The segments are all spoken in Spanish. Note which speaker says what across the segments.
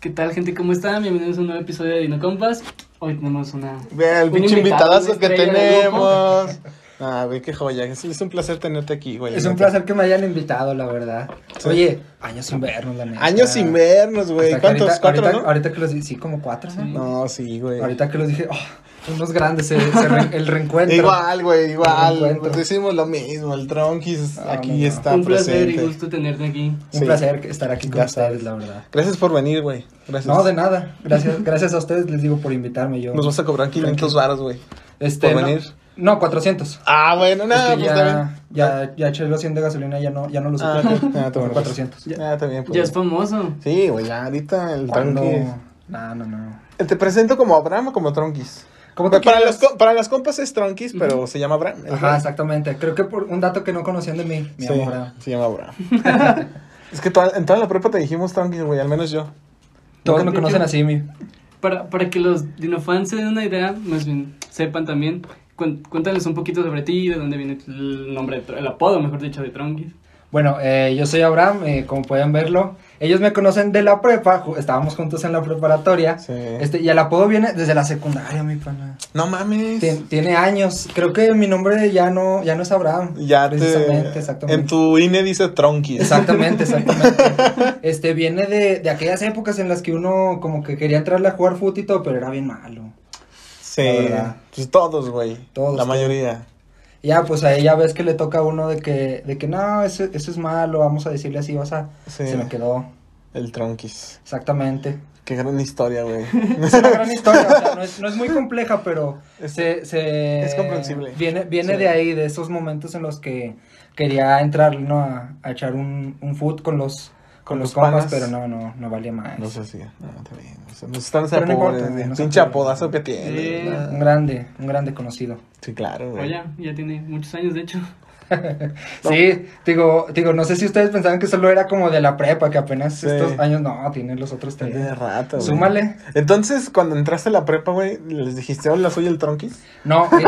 Speaker 1: ¿Qué tal, gente? ¿Cómo están? Bienvenidos a un nuevo episodio de Dino Compas. Hoy tenemos una.
Speaker 2: Ve el
Speaker 1: Un
Speaker 2: pinche
Speaker 1: invitado,
Speaker 2: invitadazo
Speaker 1: una
Speaker 2: que
Speaker 1: estrella de lujo.
Speaker 2: tenemos. Ah, güey, qué joya. Es, es un placer tenerte aquí, güey.
Speaker 3: Es un
Speaker 2: neta.
Speaker 3: placer que me hayan invitado, la verdad.
Speaker 2: Sí.
Speaker 3: Oye, años sin vernos, la neta.
Speaker 2: Años sin vernos, güey.
Speaker 3: Hasta que
Speaker 2: ¿Cuántos?
Speaker 3: ahorita-
Speaker 2: ¿Cuatro,
Speaker 3: ahorita,
Speaker 2: no?
Speaker 3: Ahorita que los dije, sí, como cuatro, ¿no?
Speaker 2: No, sí, güey.
Speaker 3: Ahorita que los dije, oh, unos grandes, se- se re- el reencuentro.
Speaker 2: Igual, güey,
Speaker 3: Me
Speaker 2: igual.
Speaker 3: encuentro.
Speaker 2: Pues decimos lo mismo. El Tronquis
Speaker 3: No,
Speaker 2: aquí
Speaker 3: no, no.
Speaker 2: está
Speaker 1: un placer
Speaker 2: presente.
Speaker 1: y gusto tenerte aquí.
Speaker 3: Un
Speaker 2: Sí.
Speaker 3: placer que- estar aquí con
Speaker 2: Ya
Speaker 3: ustedes,
Speaker 2: sabes.
Speaker 3: la verdad.
Speaker 2: Gracias por venir, güey. Gracias.
Speaker 3: No, de nada. Gracias, gracias a ustedes, les digo, por invitarme. Yo,
Speaker 2: Nos vas a cobrar 500 varos, güey.
Speaker 3: este,
Speaker 2: por
Speaker 3: no-
Speaker 2: venir.
Speaker 3: No, 400.
Speaker 2: Ah, bueno, nada,
Speaker 3: Es que
Speaker 2: pues
Speaker 3: ya,
Speaker 2: también.
Speaker 3: ya, ya eché los 100 de gasolina, ya no, ya no los
Speaker 2: Ah,
Speaker 3: uso.
Speaker 2: ok. Ah, está bueno, pues.
Speaker 3: 400.
Speaker 1: Ya-
Speaker 2: Ah, también, pues.
Speaker 1: Ya es famoso.
Speaker 2: Sí, güey, ya ahorita el
Speaker 3: No,
Speaker 2: Tronquis.
Speaker 3: no, no, no.
Speaker 2: Te presento como Abraham o como Tronquis.
Speaker 3: ¿Cómo te
Speaker 2: Para,
Speaker 3: quieres?
Speaker 2: los co- para las compas es Tronquis, pero se llama Abraham.
Speaker 3: Ajá, exactamente. Creo que por un dato que no conocían de mí, mi
Speaker 2: Sí,
Speaker 3: amor. ah.
Speaker 2: Se llama Abraham. es que toda- en toda la prepa te dijimos Tronquis, güey, al menos yo.
Speaker 1: Nunca
Speaker 3: Todos me
Speaker 1: te he
Speaker 3: conocen
Speaker 1: dicho-
Speaker 3: así, mi.
Speaker 1: Para, para que los dinofans se den una idea, más bien sepan también, cuen- cuéntales un poquito sobre ti, de dónde viene el nombre, de Tro- el apodo, mejor dicho, de Tronquis.
Speaker 3: Bueno, eh, yo soy Abraham, eh, como pueden verlo. Ellos me conocen de la prepa, ju- estábamos juntos en la preparatoria.
Speaker 2: Sí.
Speaker 3: Este, y el apodo viene desde la secundaria, mi pana.
Speaker 2: No mames.
Speaker 3: Tien- tiene años. Creo que mi nombre ya no, ya no es Abraham.
Speaker 2: ya te.
Speaker 3: precisamente, exactamente.
Speaker 2: En tu INE dice Tronquis.
Speaker 3: Exactamente, exactamente. Este viene de, de aquellas épocas en las que uno como que quería entrarle a jugar fut y todo, pero era bien malo. La
Speaker 2: Sí.
Speaker 3: verdad.
Speaker 2: Pues todos, güey.
Speaker 3: Todos,
Speaker 2: La
Speaker 3: todos.
Speaker 2: mayoría.
Speaker 3: Ya, pues ahí ya ves que le toca a uno de que, de que no, eso, eso es malo, vamos a decirle así, vas a...
Speaker 2: Sí.
Speaker 3: Se me quedó,
Speaker 2: El Tronquis.
Speaker 3: exactamente.
Speaker 2: Qué gran historia, güey.
Speaker 3: Es una gran historia, o sea, no es, no es muy compleja, pero se, se-
Speaker 2: Es comprensible.
Speaker 3: Viene, viene
Speaker 2: Sí.
Speaker 3: de ahí, de esos momentos en los que quería entrar, ¿no? A, a echar un, un foot con los,
Speaker 2: Con
Speaker 3: con
Speaker 2: los
Speaker 3: los compas,
Speaker 2: panas.
Speaker 3: pero no, no, no valía más.
Speaker 2: no sé si. No, está bien. O sea, nos están
Speaker 3: Pero no importa,
Speaker 2: pobres,
Speaker 3: güey, no se
Speaker 2: Pinche
Speaker 3: apure.
Speaker 2: apodazo que tiene.
Speaker 1: Sí.
Speaker 2: ¿verdad?
Speaker 3: Un grande, un grande conocido.
Speaker 2: Sí, claro, güey.
Speaker 1: Oye, ya tiene muchos años, de hecho.
Speaker 3: Sí, digo, digo, no sé si ustedes pensaban que solo era como de la prepa, que apenas
Speaker 2: Sí.
Speaker 3: estos años, no, tiene los otros
Speaker 2: Tiene
Speaker 3: tres.
Speaker 2: rato, güey.
Speaker 3: Súmale.
Speaker 2: Entonces, cuando entraste a la prepa, güey, les dijiste, hola, soy el Tronquis.
Speaker 3: No, este-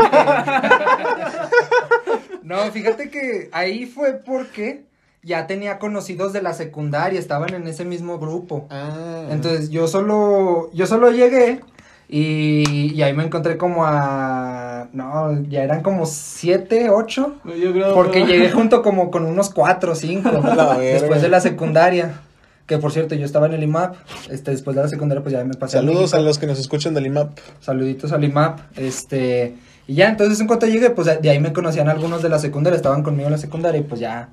Speaker 3: no, fíjate que ahí fue porque ya tenía conocidos de la secundaria, estaban en ese mismo grupo.
Speaker 2: Ah.
Speaker 3: Entonces yo solo, yo solo llegué y, y ahí me encontré como a, no, ya eran como siete, ocho,
Speaker 1: Yo creo
Speaker 3: porque llegué junto como con unos cuatro, cinco,
Speaker 2: La verga.
Speaker 3: después de la secundaria. Que por cierto, yo estaba en el IMAP, este, después de la secundaria pues ya me pasé. a
Speaker 2: Saludos
Speaker 3: México.
Speaker 2: a los que nos escuchan del IMAP.
Speaker 3: Saluditos al IMAP. Este, y ya, entonces en cuanto llegué, pues de ahí me conocían algunos de la secundaria, estaban conmigo en la secundaria y pues ya.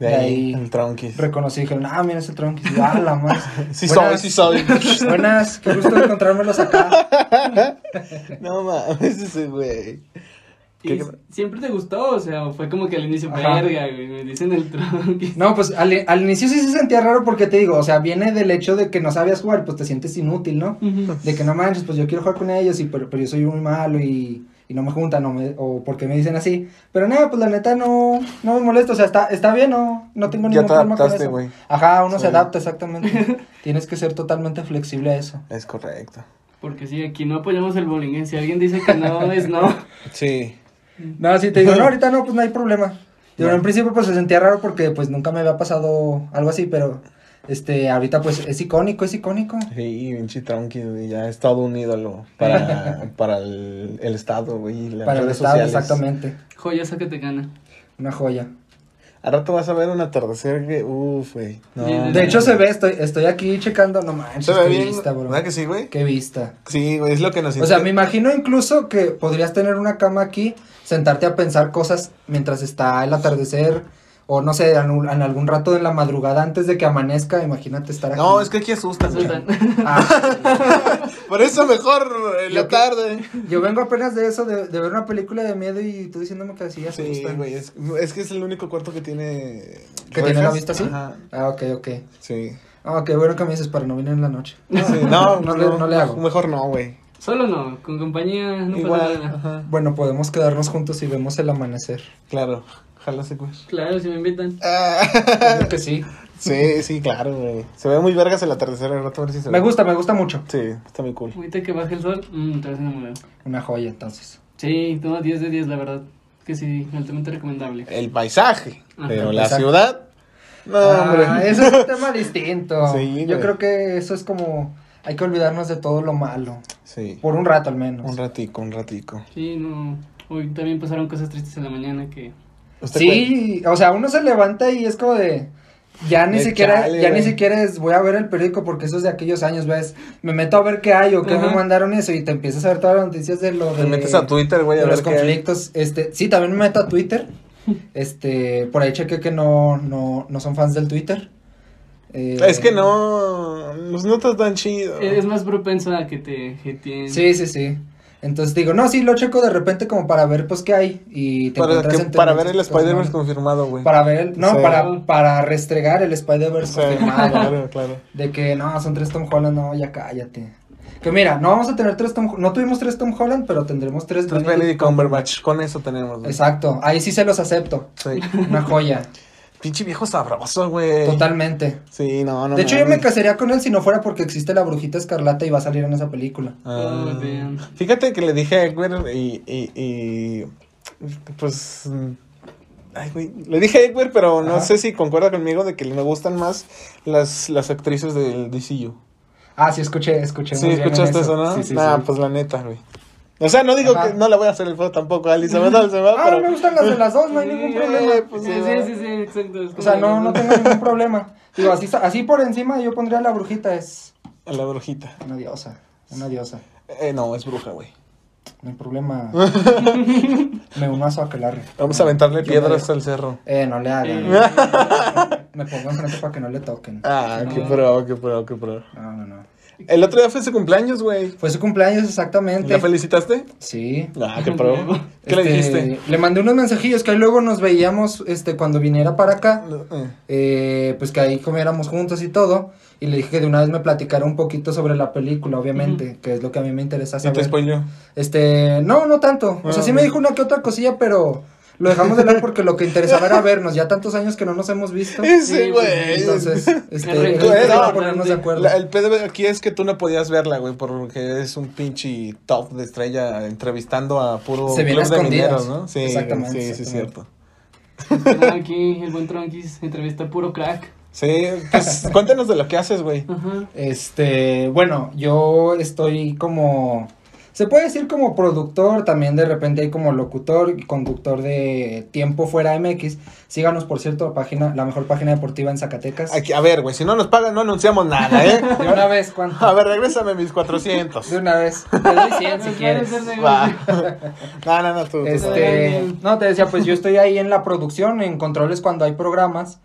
Speaker 2: De ahí, el Tronquis.
Speaker 3: reconocí, dijeron, ah, mira ese tronquis, y, ah, la más.
Speaker 2: Sí soy, sí soy.
Speaker 3: Buenas, qué gusto encontrármelos acá.
Speaker 2: no mames, ese güey.
Speaker 1: ¿Y
Speaker 2: ¿Qué-
Speaker 1: s- siempre te gustó? O sea, fue como que al inicio,
Speaker 3: Ajá.
Speaker 1: verga, güey, me dicen el Tronquis.
Speaker 3: No, pues al, al inicio sí se sentía raro porque te digo, o sea, viene del hecho de que no sabías jugar, pues te sientes inútil, ¿no?
Speaker 1: Ujú.
Speaker 3: De que no manches, pues yo quiero jugar con ellos, y, pero, pero yo soy muy malo y, y no me juntan o, me- o porque me dicen así. Pero nada, pues la neta no, no me molesta, o sea, está, está bien, no, no tengo
Speaker 2: Ya
Speaker 3: ningún
Speaker 2: te
Speaker 3: problema con
Speaker 2: adaptaste,
Speaker 3: eso.
Speaker 2: güey.
Speaker 3: Ajá, uno
Speaker 2: Sí.
Speaker 3: se adapta exactamente. Tienes que ser totalmente flexible a eso.
Speaker 2: Es correcto.
Speaker 1: Porque sí, aquí no apoyamos el bowling, ¿eh? Si alguien dice que no, es no.
Speaker 2: Sí.
Speaker 3: No, si te digo, no, ahorita no, pues no hay problema. Yo en principio pues se sentía raro porque pues nunca me había pasado algo así, pero este, ahorita pues es icónico, es icónico.
Speaker 2: Sí, pinche Tronquis, güey. Ya es todo un ídolo para, para el, el Estado, güey. y las
Speaker 3: Para el
Speaker 2: redes
Speaker 3: estado,
Speaker 2: sociales.
Speaker 3: exactamente.
Speaker 1: Joya, sácate gana.
Speaker 3: Una joya.
Speaker 2: Al rato vas a ver un atardecer que, uff, güey. No,
Speaker 1: Sí,
Speaker 3: De hecho se ve, estoy, estoy aquí checando, no manches,
Speaker 2: Se ve
Speaker 3: qué
Speaker 2: bien.
Speaker 3: vista, bro.
Speaker 2: ¿Verdad que sí, güey?
Speaker 3: Qué vista.
Speaker 2: Mm. Sí, güey, es lo que nos
Speaker 3: O sea,
Speaker 2: inter-
Speaker 3: me imagino incluso que podrías tener una cama aquí, sentarte a pensar cosas mientras está el atardecer, o no sé, en, un- en algún rato de la madrugada antes de que amanezca, imagínate estar aquí.
Speaker 2: No, es que aquí asustas, güey.
Speaker 1: Asustan.
Speaker 3: Ah,
Speaker 2: Por eso mejor en
Speaker 3: Yo
Speaker 2: la
Speaker 3: que-
Speaker 2: tarde.
Speaker 3: yo vengo apenas de eso, de, de ver una película de miedo y tú diciéndome que así ya se
Speaker 2: Sí,
Speaker 3: gusta.
Speaker 2: güey, es, es que es el único cuarto que tiene...
Speaker 3: Que tiene la
Speaker 2: rejas.
Speaker 3: vista así.
Speaker 2: Ajá,
Speaker 3: Ah, ok, ok.
Speaker 2: sí.
Speaker 3: Ah, qué bueno que me dices para no venir en la noche.
Speaker 2: Sí, No,
Speaker 3: no le- no le hago.
Speaker 2: Mejor no, güey.
Speaker 1: Solo no, con compañía no pasa
Speaker 2: Igual,
Speaker 1: nada.
Speaker 2: ajá,
Speaker 3: Bueno, podemos quedarnos juntos y vemos el amanecer.
Speaker 2: claro. Ojalá se cuide.
Speaker 1: Claro, si me invitan.
Speaker 3: Ah. Creo que sí.
Speaker 2: Sí, sí, claro, güey. Se ve muy vergas el atardecer, al rato a ver si se
Speaker 3: Me
Speaker 2: ve.
Speaker 3: gusta, me gusta mucho.
Speaker 2: Sí, está muy cool.
Speaker 1: Ahorita que baje el sol, mmm, te vas a enamorar.
Speaker 3: Una joya, entonces.
Speaker 1: Sí, todo 10 de 10, la verdad. Que sí, altamente recomendable.
Speaker 2: El paisaje,
Speaker 1: Ajá,
Speaker 2: pero
Speaker 3: el
Speaker 2: la
Speaker 3: paisaje.
Speaker 2: ciudad... No,
Speaker 3: Ah,
Speaker 2: hombre.
Speaker 3: ese es un tema distinto.
Speaker 2: Sí,
Speaker 3: Yo
Speaker 2: güey.
Speaker 3: creo que eso es como Hay que olvidarnos de todo lo malo.
Speaker 2: Sí.
Speaker 3: Por un rato al menos.
Speaker 2: Un ratico, un ratico.
Speaker 1: Sí, no. Hoy también pasaron cosas tristes en la mañana que.
Speaker 2: ¿Usted
Speaker 3: Sí, o sea, uno se levanta y es como de. Ya ni
Speaker 2: De
Speaker 3: siquiera,
Speaker 2: Eh, chale,
Speaker 3: ya ni
Speaker 2: güey.
Speaker 3: siquiera es, voy a ver el periódico porque eso es de aquellos años, ves, me meto a ver qué hay o qué me
Speaker 1: Ajá.
Speaker 3: mandaron eso y te empiezas a ver todas las noticias de lo
Speaker 2: cuenta-
Speaker 3: de,
Speaker 2: Te metes a Twitter, güey,
Speaker 3: de
Speaker 2: a ver
Speaker 3: los
Speaker 2: qué hay.
Speaker 3: conflictos, este, sí, también me meto a Twitter, este, por ahí chequé que no, no, no son fans del Twitter. eh,
Speaker 2: Es que no. Los notas tan chido.
Speaker 1: Es más propenso a que te jetien.
Speaker 3: Sí, sí, sí. Entonces digo, no, sí, lo checo de repente como para ver, pues, qué hay y te
Speaker 2: Para,
Speaker 3: encuentras
Speaker 2: que-
Speaker 3: en
Speaker 2: para ver
Speaker 3: tendencias
Speaker 2: el
Speaker 3: y cosas
Speaker 2: Spider-Man
Speaker 3: malas.
Speaker 2: confirmado, güey.
Speaker 3: Para ver el, no,
Speaker 2: Sí.
Speaker 3: para, para restregar el Spider-Verse
Speaker 2: O sea,
Speaker 3: confirmado.
Speaker 2: claro, claro.
Speaker 3: De que no, son tres Tom Holland, no, ya cállate. Que mira, no vamos a tener tres Tom no tuvimos tres Tom Holland, pero tendremos tres,
Speaker 2: Tres
Speaker 3: Benedict
Speaker 2: Benedict Cumberbatch. Con eso tenemos, güey.
Speaker 3: Exacto, ahí sí se los acepto.
Speaker 2: Sí.
Speaker 3: Una joya,
Speaker 2: Pinche viejo sabroso, güey.
Speaker 3: totalmente.
Speaker 2: Sí, no, no.
Speaker 3: de hecho, yo me
Speaker 2: mames.
Speaker 3: casaría con él si no fuera porque existe la brujita escarlata y va a salir en esa película.
Speaker 1: Oh,
Speaker 2: Ah,
Speaker 1: damn.
Speaker 2: fíjate que le dije a Edward y, y, y pues mm, ay, güey, le dije a Edward, pero no
Speaker 3: Ajá.
Speaker 2: sé si concuerda conmigo de que me gustan más las, las actrices del DCU.
Speaker 3: Ah, sí, escuché, escuché.
Speaker 2: Sí,
Speaker 3: muy bien en
Speaker 2: escuchaste eso, ¿no?
Speaker 3: Sí, sí,
Speaker 2: nah,
Speaker 3: sí.
Speaker 2: pues la neta, güey. O sea, no digo
Speaker 3: Ajá.
Speaker 2: que no le voy a hacer el feo tampoco a Alice, se va, se va,
Speaker 3: Ah,
Speaker 2: pero
Speaker 3: me gustan las de las dos, no hay
Speaker 1: Sí,
Speaker 3: ningún
Speaker 1: eh,
Speaker 3: problema.
Speaker 2: pues,
Speaker 1: sí,
Speaker 2: sí,
Speaker 1: sí,
Speaker 2: va.
Speaker 1: sí, sí, exacto. es
Speaker 3: O sea,
Speaker 1: como
Speaker 3: no,
Speaker 1: que
Speaker 3: no tengo ningún problema. Digo, así, así por encima yo pondría a la brujita, es
Speaker 2: a la brujita.
Speaker 3: una diosa, una diosa.
Speaker 2: Eh, no, es bruja, güey.
Speaker 3: No hay problema. Me uno a su aquelarre.
Speaker 2: Vamos a aventarle
Speaker 3: Yo
Speaker 2: piedras
Speaker 3: me-
Speaker 2: al cerro.
Speaker 3: Eh, no le hagan.
Speaker 1: Eh,
Speaker 3: Me pongo enfrente para que no le toquen.
Speaker 2: Ah,
Speaker 1: No.
Speaker 2: qué pro, qué pro, qué pro.
Speaker 3: No, no, no.
Speaker 2: El otro día fue su cumpleaños, güey.
Speaker 3: Fue su cumpleaños exactamente.
Speaker 2: ¿La felicitaste?
Speaker 3: Sí.
Speaker 2: Ah, qué pro.
Speaker 1: Huevo.
Speaker 2: ¿Qué le
Speaker 3: Este,
Speaker 2: dijiste?
Speaker 3: Le mandé unos mensajillos que ahí luego nos veíamos este, cuando viniera para acá.
Speaker 2: Eh.
Speaker 3: eh, pues que ahí comiéramos juntos y todo. Y le dije que de una vez me platicara un poquito sobre la película, obviamente, que es lo que a mí me interesa
Speaker 2: Sí, te
Speaker 3: saber.
Speaker 2: spoileó.
Speaker 3: Este, no, no tanto. O sea,
Speaker 2: Ah,
Speaker 3: sí
Speaker 2: ok.
Speaker 3: me dijo una que otra cosilla, pero lo dejamos de lado porque lo que interesaba era vernos. Ya tantos años que no nos hemos visto.
Speaker 2: Ese
Speaker 1: Sí, pues,
Speaker 2: güey.
Speaker 3: Entonces, este,
Speaker 1: Tú eres
Speaker 3: para
Speaker 1: ignorante.
Speaker 3: ponernos de acuerdo.
Speaker 2: La- el pedo aquí es que tú no podías verla, güey, porque es un pinche top de estrella entrevistando a puro
Speaker 3: Se viene
Speaker 2: club de
Speaker 3: escondidas.
Speaker 2: mineros, ¿no? Sí,
Speaker 3: Exactamente,
Speaker 2: sí, sí,
Speaker 3: exactamente.
Speaker 2: es cierto.
Speaker 1: está Aquí el buen Tronquis entrevista puro crack.
Speaker 2: Sí, pues cuéntanos de lo que haces, güey.
Speaker 1: Ajá.
Speaker 3: Este, bueno, yo estoy como se puede decir como productor, también de repente hay como locutor y conductor de Tiempo Fuera MX. Síganos, por cierto, la página, la mejor página deportiva en Zacatecas.
Speaker 2: Aquí, a ver, güey, si no nos pagan, no anunciamos nada, ¿eh?
Speaker 3: De una vez, ¿cuánto?
Speaker 2: A ver, regrésame mis 400.
Speaker 3: De una vez. Este, Te doy 100 si
Speaker 1: No
Speaker 3: quieres.
Speaker 1: puede ser negocio.
Speaker 2: Va. No, no, no, tú. tú.
Speaker 3: Este, no, te decía, pues yo estoy ahí en la producción, en controles cuando hay programas.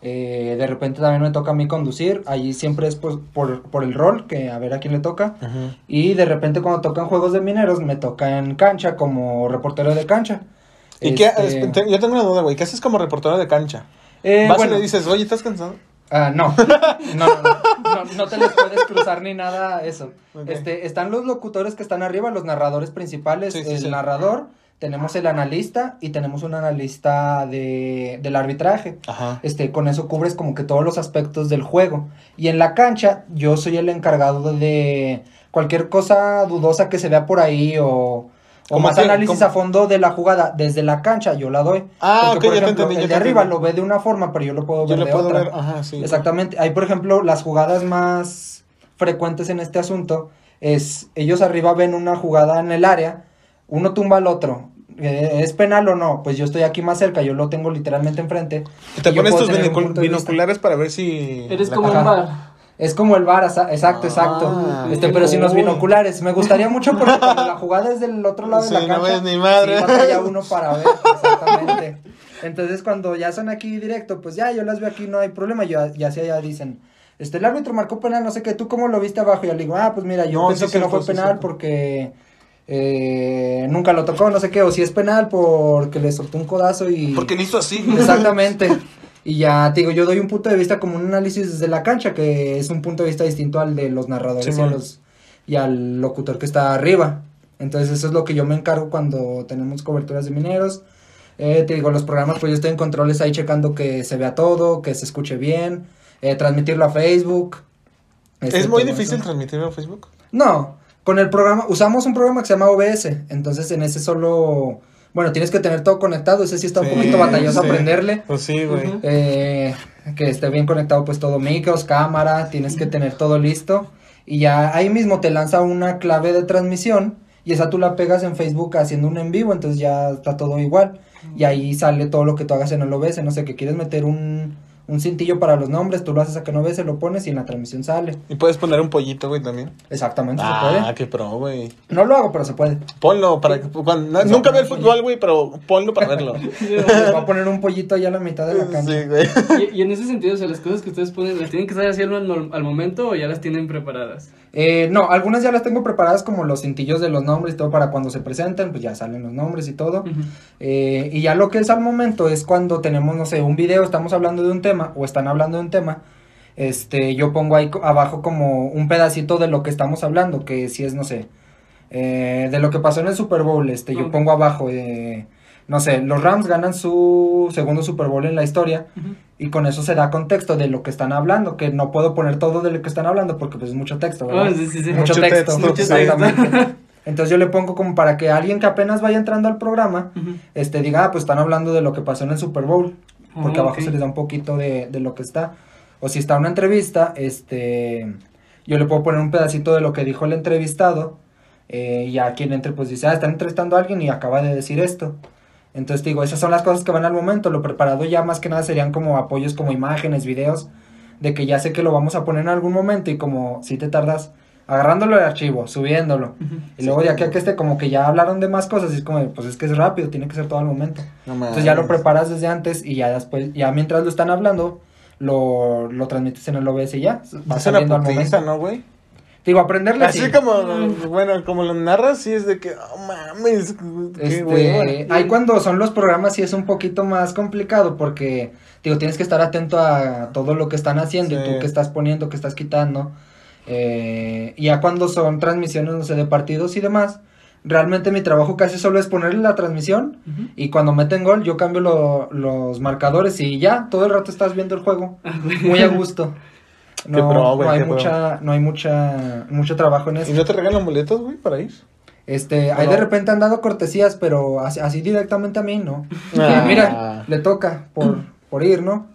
Speaker 3: Eh, de repente también me toca a mí conducir. Allí siempre es pues, por, por el rol, que a ver a quién le toca.
Speaker 2: Ujú.
Speaker 3: Y de repente cuando tocan juegos de mineros, me toca en cancha como reportero de cancha.
Speaker 2: ¿Y qué?
Speaker 3: Este,
Speaker 2: es- te- Yo tengo una duda, güey. ¿Qué haces como reportero de cancha?
Speaker 3: eh,
Speaker 2: Vas
Speaker 3: bueno,
Speaker 2: y le dices, oye, ¿estás cansado?
Speaker 3: Ah, no. No, no, no. No, no te les puedes cruzar ni nada a eso.
Speaker 2: Ok.
Speaker 3: Este, están los locutores que están arriba, los narradores principales,
Speaker 2: Sí, sí,
Speaker 3: el
Speaker 2: sí.
Speaker 3: narrador, tenemos el analista y tenemos un analista de, del arbitraje.
Speaker 2: Ajá.
Speaker 3: Este, con eso cubres como que todos los aspectos del juego. Y en la cancha, yo soy el encargado de cualquier cosa dudosa que se vea por ahí o, o
Speaker 2: ¿Cómo
Speaker 3: más
Speaker 2: que-
Speaker 3: análisis
Speaker 2: cómo?
Speaker 3: a fondo de la jugada. Desde la cancha yo la doy.
Speaker 2: Ah,
Speaker 3: Porque,
Speaker 2: ok, ya te entendí.
Speaker 3: el
Speaker 2: ya
Speaker 3: de
Speaker 2: te
Speaker 3: arriba
Speaker 2: entendí.
Speaker 3: lo ve de una forma, pero yo lo puedo
Speaker 2: Yo
Speaker 3: ver
Speaker 2: lo
Speaker 3: de
Speaker 2: puedo
Speaker 3: otra.
Speaker 2: ver, ajá, sí.
Speaker 3: Exactamente. Hay, por ejemplo, las jugadas más frecuentes en este asunto es ellos arriba ven una jugada en el área, uno tumba al otro. eh, ¿Es penal o no? Pues yo estoy aquí más cerca, yo lo tengo literalmente enfrente.
Speaker 2: Y te
Speaker 3: y yo
Speaker 2: pones
Speaker 3: puedo
Speaker 2: tus
Speaker 3: tener un
Speaker 2: binocul-
Speaker 3: punto de vista.
Speaker 2: binoculares para ver si.
Speaker 1: Eres
Speaker 2: la-
Speaker 1: como
Speaker 3: Ajá.
Speaker 1: un bar.
Speaker 3: Es como el VAR, asa- exacto,
Speaker 2: Ah,
Speaker 3: exacto. Este,
Speaker 2: qué
Speaker 3: pero sin los
Speaker 2: cool.
Speaker 3: binoculares. Me gustaría mucho porque cuando la jugada es del otro lado
Speaker 2: Sí,
Speaker 3: de la
Speaker 2: no
Speaker 3: cancha.
Speaker 2: ves ni madre.
Speaker 3: sí, batalla uno para ver, exactamente. Entonces, cuando ya son aquí directo, pues ya, yo las veo aquí, no hay problema. Yo, ya sea, ya dicen, este, el árbitro marcó penal, no sé qué, ¿tú cómo lo viste abajo? Y yo le digo, ah, pues mira, yo
Speaker 2: No,
Speaker 3: pienso
Speaker 2: sí,
Speaker 3: que no
Speaker 2: cierto, sí,
Speaker 3: fue penal
Speaker 2: cierto.
Speaker 3: porque... eh, nunca lo tocó, no sé qué, o si es penal porque le soltó un codazo y...
Speaker 2: Porque listo así.
Speaker 3: Exactamente. Y ya te digo, yo doy un punto de vista como un análisis desde la cancha, que es un punto de vista distinto al de los narradores y, a
Speaker 2: Simón.
Speaker 3: los, y al locutor que está arriba. Entonces eso es lo que yo me encargo cuando tenemos coberturas de mineros. Eh, te digo, los programas, pues yo estoy en controles ahí checando que se vea todo, que se escuche bien, eh, transmitirlo a Facebook. este,
Speaker 2: ¿Es muy
Speaker 3: todo
Speaker 2: difícil
Speaker 3: eso.
Speaker 2: transmitirlo a Facebook?
Speaker 3: No, con el programa, usamos un programa que se llama OBS, entonces en ese solo, bueno, tienes que tener todo conectado, ese sí está un
Speaker 2: Sí,
Speaker 3: poquito batalloso
Speaker 2: sí.
Speaker 3: aprenderle,
Speaker 2: Pues sí, güey.
Speaker 1: Ujú.
Speaker 3: eh, que esté bien conectado pues todo micros, cámara, tienes que tener todo listo. Y ya ahí mismo te lanza una clave de transmisión y esa tú la pegas en Facebook haciendo un en vivo, entonces ya está todo igual. Y ahí sale todo lo que tú hagas en el OBS, no sé, que quieres meter un, un cintillo para los nombres, tú lo haces a que no OBS, lo pones y en la transmisión sale.
Speaker 2: Y puedes poner un pollito, güey, también.
Speaker 3: Exactamente, se
Speaker 2: Ah,
Speaker 3: puede.
Speaker 2: qué pro, güey.
Speaker 3: No lo hago, pero se puede.
Speaker 2: Ponlo para que. cuando- no- nunca veo el fútbol, güey, pero ponlo para verlo.
Speaker 3: Les voy a poner un pollito allá a la mitad de la cancha.
Speaker 2: Sí, güey.
Speaker 1: Y, y en ese sentido, o sea, las cosas que ustedes ponen, ¿las tienen que estar haciendo al, nor- al momento o ya las tienen preparadas?
Speaker 3: Eh, no, algunas ya las tengo preparadas como los cintillos de los nombres y todo para cuando se presenten, pues ya salen los nombres y todo.
Speaker 1: Ujú.
Speaker 3: Eh, y ya lo que es al momento es cuando tenemos, no sé, un video, estamos hablando de un tema o están hablando de un tema. Este, yo pongo ahí co- abajo como un pedacito de lo que estamos hablando, que si es, no sé, eh, de lo que pasó en el Super Bowl, este, yo
Speaker 1: Ok.
Speaker 3: pongo abajo, eh, no sé, los Rams ganan su segundo Super Bowl en la historia
Speaker 1: Ujú.
Speaker 3: y con eso se da contexto de lo que están hablando, que no puedo poner todo de lo que están hablando porque pues es mucho texto, ¿verdad?
Speaker 1: Ah, sí, sí, sí.
Speaker 3: Mucho,
Speaker 2: Mucho
Speaker 3: texto,
Speaker 2: texto,
Speaker 1: sí.
Speaker 3: exactamente. Entonces yo le pongo como para que alguien que apenas vaya entrando al programa,
Speaker 1: Ujú.
Speaker 3: este, diga, ah, pues están hablando de lo que pasó en el Super Bowl, porque
Speaker 1: Ah,
Speaker 3: abajo
Speaker 1: ok.
Speaker 3: se les da un poquito de, de lo que está. O si está una entrevista, este, yo le puedo poner un pedacito de lo que dijo el entrevistado, eh, y a quien entre, pues dice, ah, están entrevistando a alguien y acaba de decir esto. Entonces te digo, esas son las cosas que van al momento, lo preparado ya más que nada serían como apoyos como imágenes, videos, de que ya sé que lo vamos a poner en algún momento y como si te tardas agarrándolo del archivo, subiéndolo.
Speaker 1: Ujú.
Speaker 3: Y luego de aquí a que esté como que ya hablaron de más cosas y es como, de, pues es que es rápido, tiene que ser todo al momento.
Speaker 2: No mames.
Speaker 3: Entonces ya lo preparas desde antes y ya después, ya mientras lo están hablando, lo, lo transmites en el OBS y ya. Va
Speaker 2: Es una
Speaker 3: saliendo al
Speaker 2: putiza,
Speaker 3: momento.
Speaker 2: ¿no, güey?
Speaker 3: Te Digo, aprenderle
Speaker 2: Así
Speaker 3: sí.
Speaker 2: como, bueno, como lo narras, sí es de que, oh mames, qué
Speaker 3: Este,
Speaker 2: güey.
Speaker 3: ahí cuando son los programas sí es un poquito más complicado porque, digo, tienes que estar atento a todo lo que están haciendo y
Speaker 2: Sí.
Speaker 3: tú que estás poniendo, que estás quitando. Eh, y ya cuando son transmisiones, no sé, de partidos y demás, realmente mi trabajo casi solo es ponerle la transmisión
Speaker 1: Ujú.
Speaker 3: Y cuando meten gol, yo cambio lo- los marcadores y ya, todo el rato estás viendo el juego.
Speaker 1: Ah,
Speaker 3: Muy a gusto.
Speaker 2: Qué
Speaker 3: No,
Speaker 2: pro, güey,
Speaker 3: no hay
Speaker 2: qué pro.
Speaker 3: mucha, no hay mucha, mucho trabajo en
Speaker 2: ¿Y
Speaker 3: eso.
Speaker 2: no te regalan boletos, güey, para ir?
Speaker 3: Este, ahí
Speaker 2: No.
Speaker 3: de repente han dado cortesías, pero así, así directamente a mí, ¿no? Que,
Speaker 2: Ah.
Speaker 3: Mira, le toca por, por ir, ¿no?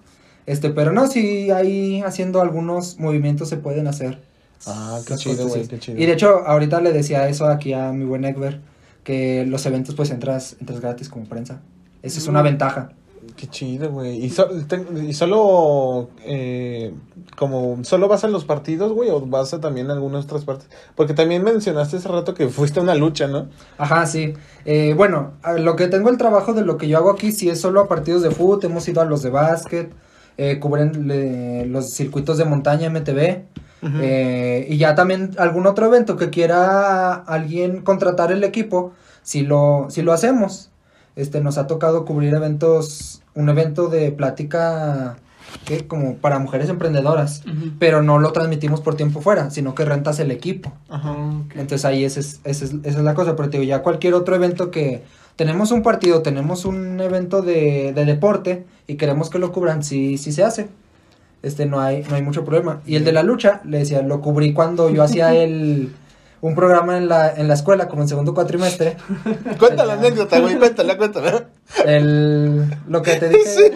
Speaker 3: Este, pero no, sí, ahí haciendo algunos movimientos se pueden hacer.
Speaker 2: Ah, qué
Speaker 3: las
Speaker 2: chido, güey,
Speaker 3: cortesías.
Speaker 2: qué chido.
Speaker 3: Y de hecho, ahorita le decía eso aquí a mi buen Egbert, que los eventos pues entras, entras gratis como prensa. Eso es una
Speaker 1: Mm.
Speaker 3: ventaja.
Speaker 2: Qué chido, güey. ¿Y, so- ten- y solo, eh, como, solo vas a los partidos, güey, o vas a también algunas otras partes? Porque también mencionaste hace rato que fuiste a una lucha, ¿no?
Speaker 3: Ajá, sí. Eh, bueno, a lo que tengo el trabajo de lo que yo hago aquí, si es solo a partidos de fútbol, hemos ido a los de básquet, eh, cubren le- los circuitos de montaña MTV, eh, y ya también algún otro evento que quiera alguien contratar el equipo, si lo, si lo hacemos. Este, nos ha tocado cubrir eventos, un evento de plática que como para mujeres emprendedoras,
Speaker 1: Ujú.
Speaker 3: pero no lo transmitimos por tiempo fuera, sino que rentas el equipo.
Speaker 1: Ah, ok.
Speaker 3: Entonces ahí ese es, ese es- esa es la cosa, pero te digo, ya cualquier otro evento que tenemos un partido, tenemos un evento de, de deporte y queremos que lo cubran, sí, sí se hace. Este no hay, no hay mucho problema. Y el de la lucha, le decía, lo cubrí cuando yo hacía el un programa en la, en la escuela, como en segundo cuatrimestre.
Speaker 2: Cuéntala la anécdota, güey, cuéntala, cuéntala.
Speaker 3: El, lo que te dije.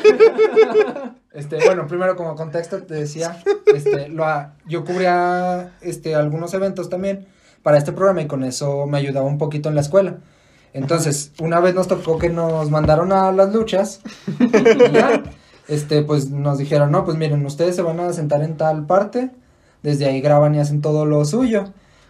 Speaker 3: Este, bueno, primero como contexto te decía, este, lo, ha- yo cubría este, algunos eventos también para este programa y con eso me ayudaba un poquito en la escuela. Entonces, una vez nos tocó que nos mandaron a las luchas y ya, este, pues nos dijeron, no, pues miren, ustedes se van a sentar en tal parte, desde ahí graban y hacen todo lo suyo.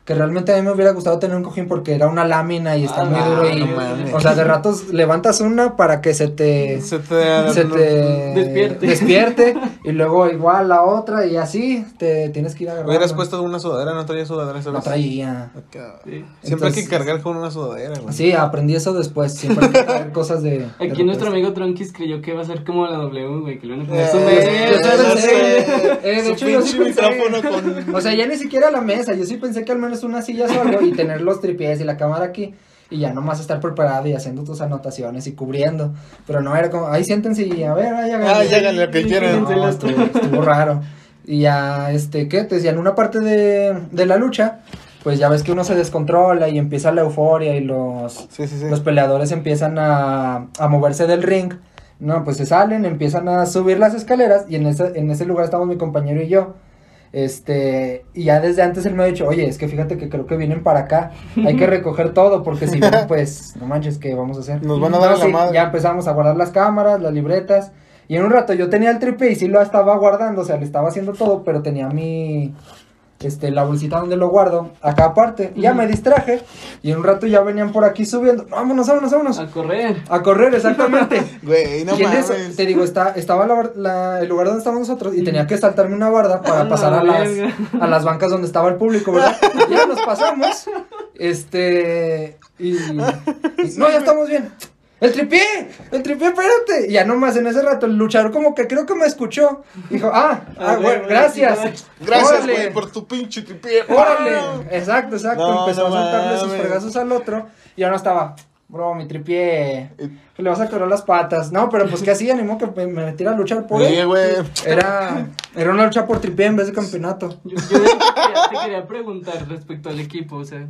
Speaker 3: Que realmente a mí me hubiera gustado tener un cojín porque era una lámina y está
Speaker 1: Ah,
Speaker 3: muy
Speaker 1: no,
Speaker 3: duro y
Speaker 1: no mames.
Speaker 3: o sea, de ratos levantas una para que se te,
Speaker 2: Se te...
Speaker 3: se te
Speaker 1: Despierte.
Speaker 3: despierte, y luego igual la otra y así te tienes que ir agarrando.
Speaker 2: Hubieras puesto una sudadera, no traía sudadera esa
Speaker 3: No
Speaker 2: vez.
Speaker 3: traía.
Speaker 2: Acá.
Speaker 1: Sí.
Speaker 2: Siempre hay
Speaker 3: Entonces-
Speaker 2: que cargar con una sudadera, güey.
Speaker 3: Sí, aprendí eso después. Siempre hay que traer cosas de. de
Speaker 1: Aquí
Speaker 3: lo
Speaker 1: nuestro
Speaker 3: que-
Speaker 1: amigo Tronkis creyó que va a ser como la W, güey, que le van a poner
Speaker 2: Eh,
Speaker 1: su
Speaker 3: Eh,
Speaker 1: medio.
Speaker 3: yo también
Speaker 2: no
Speaker 3: pensé.
Speaker 2: sé.
Speaker 3: Eh, de
Speaker 2: Su
Speaker 3: hecho, yo sí
Speaker 2: pinche
Speaker 3: pensé.
Speaker 2: micrófono con-
Speaker 3: O sea, ya ni siquiera la mesa. Yo sí pensé que al menos una silla solo y tener los tripiés y la cámara aquí. Y ya nomás estar preparado y haciendo tus anotaciones y cubriendo. Pero no era como, ahí siéntense y a ver, ahí hagan.
Speaker 2: Ah, ya hagan lo que quieran.
Speaker 1: Sí, sí,
Speaker 3: No, estuvo, estuvo raro. Y ya, este, ¿qué? Te decía, en una parte de, de la lucha, pues ya ves que uno se descontrola y empieza la euforia y los,
Speaker 2: Sí, sí, sí.
Speaker 3: los peleadores empiezan a, a moverse del ring. No, pues se salen, empiezan a subir las escaleras y en ese, en ese lugar estamos mi compañero y yo. Este, y ya desde antes él me ha dicho, oye, es que fíjate que creo que vienen para acá, hay que recoger todo, porque si no, pues, no manches, ¿qué vamos a hacer?
Speaker 2: Nos van a dar
Speaker 3: No,
Speaker 2: a la
Speaker 3: sí,
Speaker 2: madre.
Speaker 3: Ya empezamos a guardar las cámaras, las libretas, y en un rato yo tenía el tripe y sí lo estaba guardando, o sea, le estaba haciendo todo, pero tenía mi, este, la bolsita donde lo guardo, acá aparte, y ya me distraje, y en un rato ya venían por aquí subiendo, vámonos, vámonos, vámonos,
Speaker 1: A correr.
Speaker 3: a correr, exactamente.
Speaker 2: Güey, no
Speaker 3: y en eso,
Speaker 2: mames.
Speaker 3: te digo, está, estaba la bar- la- el lugar donde estábamos nosotros y tenía que saltarme una barda para
Speaker 1: la
Speaker 3: pasar a las,
Speaker 1: verga.
Speaker 3: a las bancas donde estaba el público, ¿verdad? Y ya nos pasamos, este, y, y- no, ya estamos bien. ¡El tripié! ¡El tripié, espérate! Y ya nomás en ese rato el luchador como que creo que me escuchó. Dijo, ah,
Speaker 1: Ah,
Speaker 3: ah, bueno,
Speaker 1: güey,
Speaker 3: gracias.
Speaker 2: Gracias,
Speaker 3: Órale.
Speaker 2: güey, por tu pinche tripié. Ah.
Speaker 3: ¡Órale! Exacto, exacto.
Speaker 2: No,
Speaker 3: Empezó
Speaker 2: no
Speaker 3: a soltarle sus
Speaker 2: mames.
Speaker 3: fregazos al otro y ya no estaba. Bro, mi tripié. Le vas a quebrar las patas. No, pero pues que así animó que me, me metiera a luchar por
Speaker 2: Oye,
Speaker 3: él.
Speaker 2: güey.
Speaker 3: Era, era una lucha por tripié en vez de campeonato.
Speaker 1: Yo, yo te, quería, te quería preguntar respecto al equipo, o sea,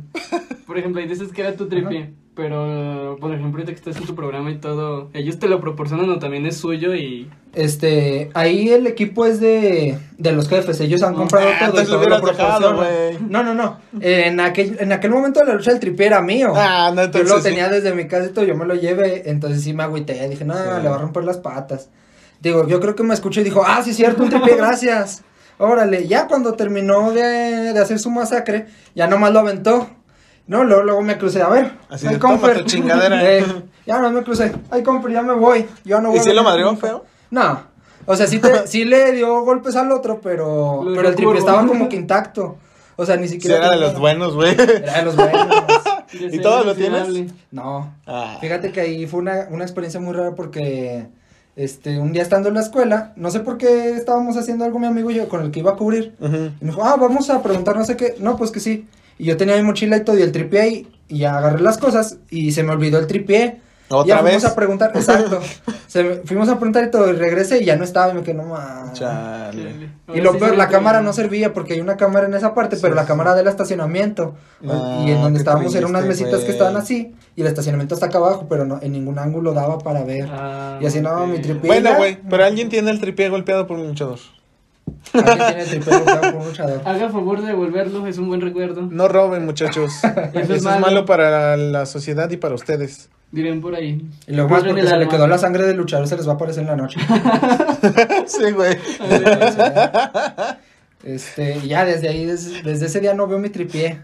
Speaker 1: por ejemplo, ahí dices que era tu tripié, pero por ejemplo, ahorita que estás en tu programa y todo, ellos te lo proporcionan o también es suyo y
Speaker 3: Este, ahí el equipo es de, de los jefes. Ellos han
Speaker 1: Ah,
Speaker 3: comprado
Speaker 2: Ah,
Speaker 3: todo y
Speaker 2: entonces lo
Speaker 3: todo lo
Speaker 2: hubieras dejado,
Speaker 3: proporcionan.
Speaker 2: güey.
Speaker 3: No, no, no. Eh, en, aquel, en aquel momento de la lucha del tripié era mío.
Speaker 2: Ah, no,
Speaker 3: yo
Speaker 2: entonces.
Speaker 3: lo
Speaker 2: sí.
Speaker 3: tenía desde mi casa y todo, yo me lo llevé. Entonces sí me agüité. Dije, no,
Speaker 2: Sí.
Speaker 3: le va a romper las patas. Digo, yo creo que me escuchó y dijo, ah, sí, cierto, un tripié, gracias. Órale, ya cuando terminó de, de hacer su masacre, ya nomás lo aventó. No, luego, luego me crucé, a ver.
Speaker 2: Así
Speaker 3: ay,
Speaker 2: de, "Toma
Speaker 3: compa".
Speaker 2: tu chingadera.
Speaker 3: Eh, ya no me crucé. Ay, compa, ya me voy. Yo no voy
Speaker 2: ¿Y
Speaker 3: a
Speaker 2: si lo
Speaker 3: venir
Speaker 2: madrió
Speaker 3: nunca".
Speaker 2: feo?
Speaker 3: No. O sea, sí, te- sí le dio golpes al otro, pero,
Speaker 1: Lo
Speaker 3: pero el tripié
Speaker 1: curvo.
Speaker 3: estaba como que intacto. O sea, ni
Speaker 2: Sí,
Speaker 3: siquiera.
Speaker 2: era de
Speaker 3: tenía-
Speaker 2: los buenos, güey.
Speaker 3: Era de los buenos.
Speaker 1: ya
Speaker 2: ¿Y
Speaker 1: sea
Speaker 2: todo lo
Speaker 1: mencionable.
Speaker 2: tienes?
Speaker 3: No.
Speaker 2: Ah.
Speaker 3: Fíjate que ahí fue una, una experiencia muy rara porque este, un día estando en la escuela, no sé por qué estábamos haciendo algo mi amigo y yo con el que iba a cubrir.
Speaker 2: Ujú.
Speaker 3: Y me dijo, ah, vamos a preguntar no sé qué. No, pues que sí. Y yo tenía mi mochila y todo y el tripié ahí y ya agarré las cosas y se me olvidó el tripié. Y
Speaker 2: ¿Otra
Speaker 3: ya
Speaker 2: vez?
Speaker 3: Fuimos a preguntar, exacto. Se me- fuimos a preguntar y todo y regresé y ya no estaba y me quedé, no mames.
Speaker 2: Chale.
Speaker 1: Ahora
Speaker 3: Y lo
Speaker 1: sí
Speaker 3: peor,
Speaker 1: se
Speaker 3: la
Speaker 1: ve tu-
Speaker 3: cámara no servía porque hay una cámara en esa parte,
Speaker 2: Sí,
Speaker 3: pero la
Speaker 2: sí.
Speaker 3: cámara del estacionamiento.
Speaker 2: No,
Speaker 3: y en donde
Speaker 2: Ah, qué
Speaker 3: estábamos eran unas
Speaker 2: triste,
Speaker 3: mesitas que
Speaker 2: güey.
Speaker 3: estaban así y el estacionamiento está acá abajo, pero no, en ningún ángulo daba para ver.
Speaker 1: Ah,
Speaker 3: Y así no,
Speaker 1: ok.
Speaker 3: mi tripié.
Speaker 2: Bueno,
Speaker 3: Mira.
Speaker 2: güey, pero alguien tiene el tripié golpeado por un luchador.
Speaker 3: Aquí tiene el tripié colocado por un luchador.
Speaker 1: Haga favor de devolverlo, es un buen recuerdo.
Speaker 2: No roben, muchachos. Eso, es, malo. para la sociedad y para ustedes.
Speaker 1: Dirán por ahí.
Speaker 3: Y luego más
Speaker 1: Pudren
Speaker 3: porque
Speaker 1: el
Speaker 3: se le
Speaker 1: alma.
Speaker 3: quedó la sangre del luchador, se les va a aparecer en la noche.
Speaker 2: sí, güey.
Speaker 1: A ver,
Speaker 3: Este, y ya desde ahí, des- desde ese día no veo mi tripié.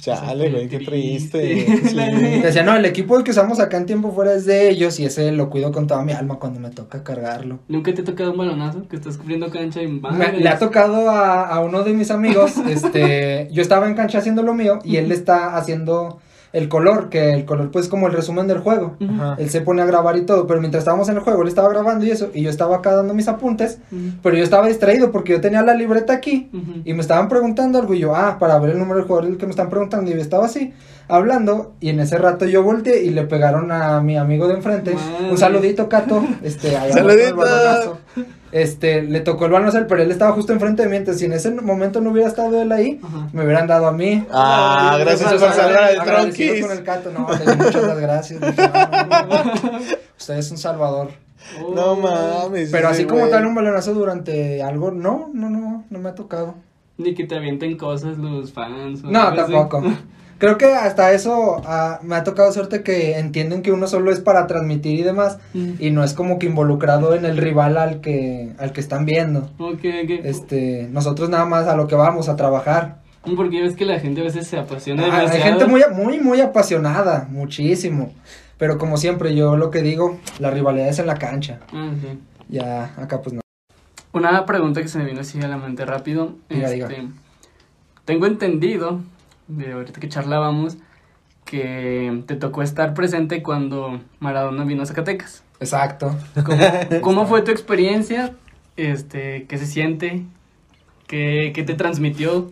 Speaker 2: Chale, güey, qué triste.
Speaker 1: triste.
Speaker 2: Sí.
Speaker 1: La
Speaker 3: Y Decía, no, el equipo que usamos acá en tiempo fuera es de ellos y ese lo cuido con toda mi alma cuando me toca cargarlo.
Speaker 1: ¿Nunca te ha tocado un balonazo? Que estás cubriendo cancha y
Speaker 3: Me-
Speaker 1: madre.
Speaker 3: le ha tocado a, a uno de mis amigos, este, yo estaba en cancha haciendo lo mío y él está haciendo el color, que el color pues como el resumen del juego.
Speaker 1: Ujú.
Speaker 2: Ajá.
Speaker 3: Él se pone a grabar y todo, pero mientras estábamos en el juego, él estaba grabando y eso, y yo estaba acá dando mis apuntes,
Speaker 1: Ujú.
Speaker 3: pero yo estaba distraído porque yo tenía la libreta aquí
Speaker 1: Ujú.
Speaker 3: y me estaban preguntando algo y yo, ah, para ver el número del jugador el que me están preguntando y yo estaba así, hablando y en ese rato yo volteé y le pegaron a mi amigo de enfrente,
Speaker 1: Madre.
Speaker 3: un saludito Cato, este, ahí
Speaker 2: Saludito.
Speaker 3: agarró el balonazo. este, le tocó el balón pero él estaba justo enfrente de mí, entonces si en ese momento no hubiera estado él ahí,
Speaker 1: Ajá.
Speaker 3: me hubieran dado a mí.
Speaker 2: Ah, gracias por
Speaker 1: Entonces,
Speaker 2: salvar al
Speaker 3: Agradecido
Speaker 2: Tronquis.
Speaker 3: con el Cato, no, le di muchas las gracias. le dije, "No, no, no, Usted es un salvador.
Speaker 1: Oh.
Speaker 2: No mames.
Speaker 3: Pero
Speaker 2: sí,
Speaker 3: así como
Speaker 2: güey.
Speaker 3: tal un balonazo durante algo, no, no, no, no me ha tocado.
Speaker 1: Ni que te avienten cosas los fans. o
Speaker 3: No,
Speaker 1: algo así.
Speaker 3: tampoco. Creo que hasta eso ah, me ha tocado suerte que entienden que uno solo es para transmitir y demás
Speaker 1: Mm.
Speaker 3: y no es como que involucrado en el rival al que al que están viendo.
Speaker 1: Ok, ok.
Speaker 3: Este, nosotros nada más a lo que vamos a trabajar.
Speaker 1: Porque ves que la gente a veces se apasiona
Speaker 3: Ah, hay
Speaker 1: demasiado.
Speaker 3: gente muy muy muy apasionada, muchísimo. Pero como siempre yo lo que digo, la rivalidad es en la cancha.
Speaker 1: Ah, sí.
Speaker 3: Ya acá pues no.
Speaker 1: Una pregunta que se me vino así a la mente rápido.
Speaker 3: Diga,
Speaker 1: este,
Speaker 3: diga.
Speaker 1: Tengo entendido, de ahorita que charlábamos, que te tocó estar presente cuando Maradona vino a Zacatecas.
Speaker 3: Exacto.
Speaker 1: ¿Cómo, cómo fue tu experiencia? Este, ¿Qué se siente? ¿Qué, qué te transmitió?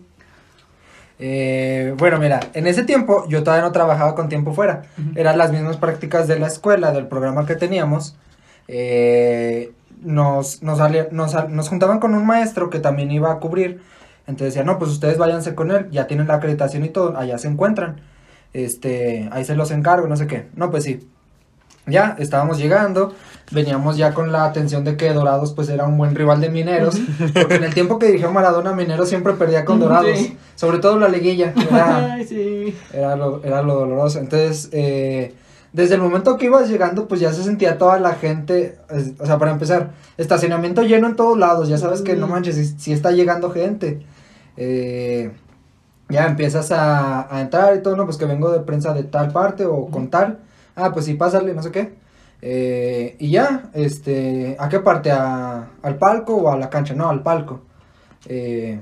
Speaker 3: Eh, bueno, mira, en ese tiempo yo todavía no trabajaba con tiempo fuera. Eran las mismas prácticas de la escuela, del programa que teníamos. Eh, nos, nos, ali- nos, al- nos juntaban con un maestro que también iba a cubrir. Entonces decía, no, pues ustedes váyanse con él, ya tienen la acreditación y todo, allá se encuentran. Este, ahí se los encargo, no sé qué. No, pues sí. Ya, estábamos llegando, veníamos ya con la atención de que Dorados pues era un buen rival de Mineros, porque en el tiempo que dirigió Maradona, Mineros siempre perdía con Dorados,
Speaker 1: Sí.
Speaker 3: sobre todo la liguilla, era,
Speaker 1: Ay, sí.
Speaker 3: era, lo, era lo doloroso. Entonces, eh, desde el momento que ibas llegando, pues ya se sentía toda la gente, es- o sea, para empezar, estacionamiento lleno en todos lados, ya sabes que no manches, si, si está llegando gente. Eh, ya empiezas a, a entrar y todo, no, pues que vengo de prensa de tal parte o con tal. Ah, pues sí, pásale, no sé qué. Eh, y ya, este, ¿a qué parte? ¿A- ¿Al palco o a la cancha? No, al palco. Eh,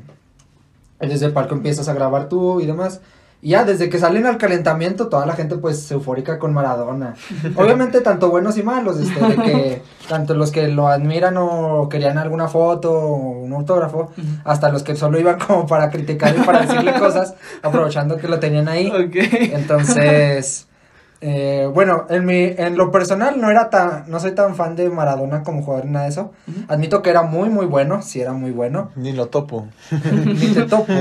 Speaker 3: desde el palco empiezas a grabar tú y demás. Y ya, desde que salen al calentamiento, toda la gente pues se eufórica con Maradona. Obviamente tanto buenos y malos, este, de que tanto los que lo admiran o querían alguna foto o un autógrafo, hasta los que solo iban como para criticar y para decirle cosas, aprovechando que lo tenían ahí.
Speaker 1: Ok.
Speaker 3: Entonces, eh, bueno, en mi, en lo personal no era tan, no soy tan fan de Maradona como jugador ni nada de eso. Admito que era muy muy bueno, sí era muy bueno.
Speaker 2: Ni lo topo.
Speaker 3: Ni te topo.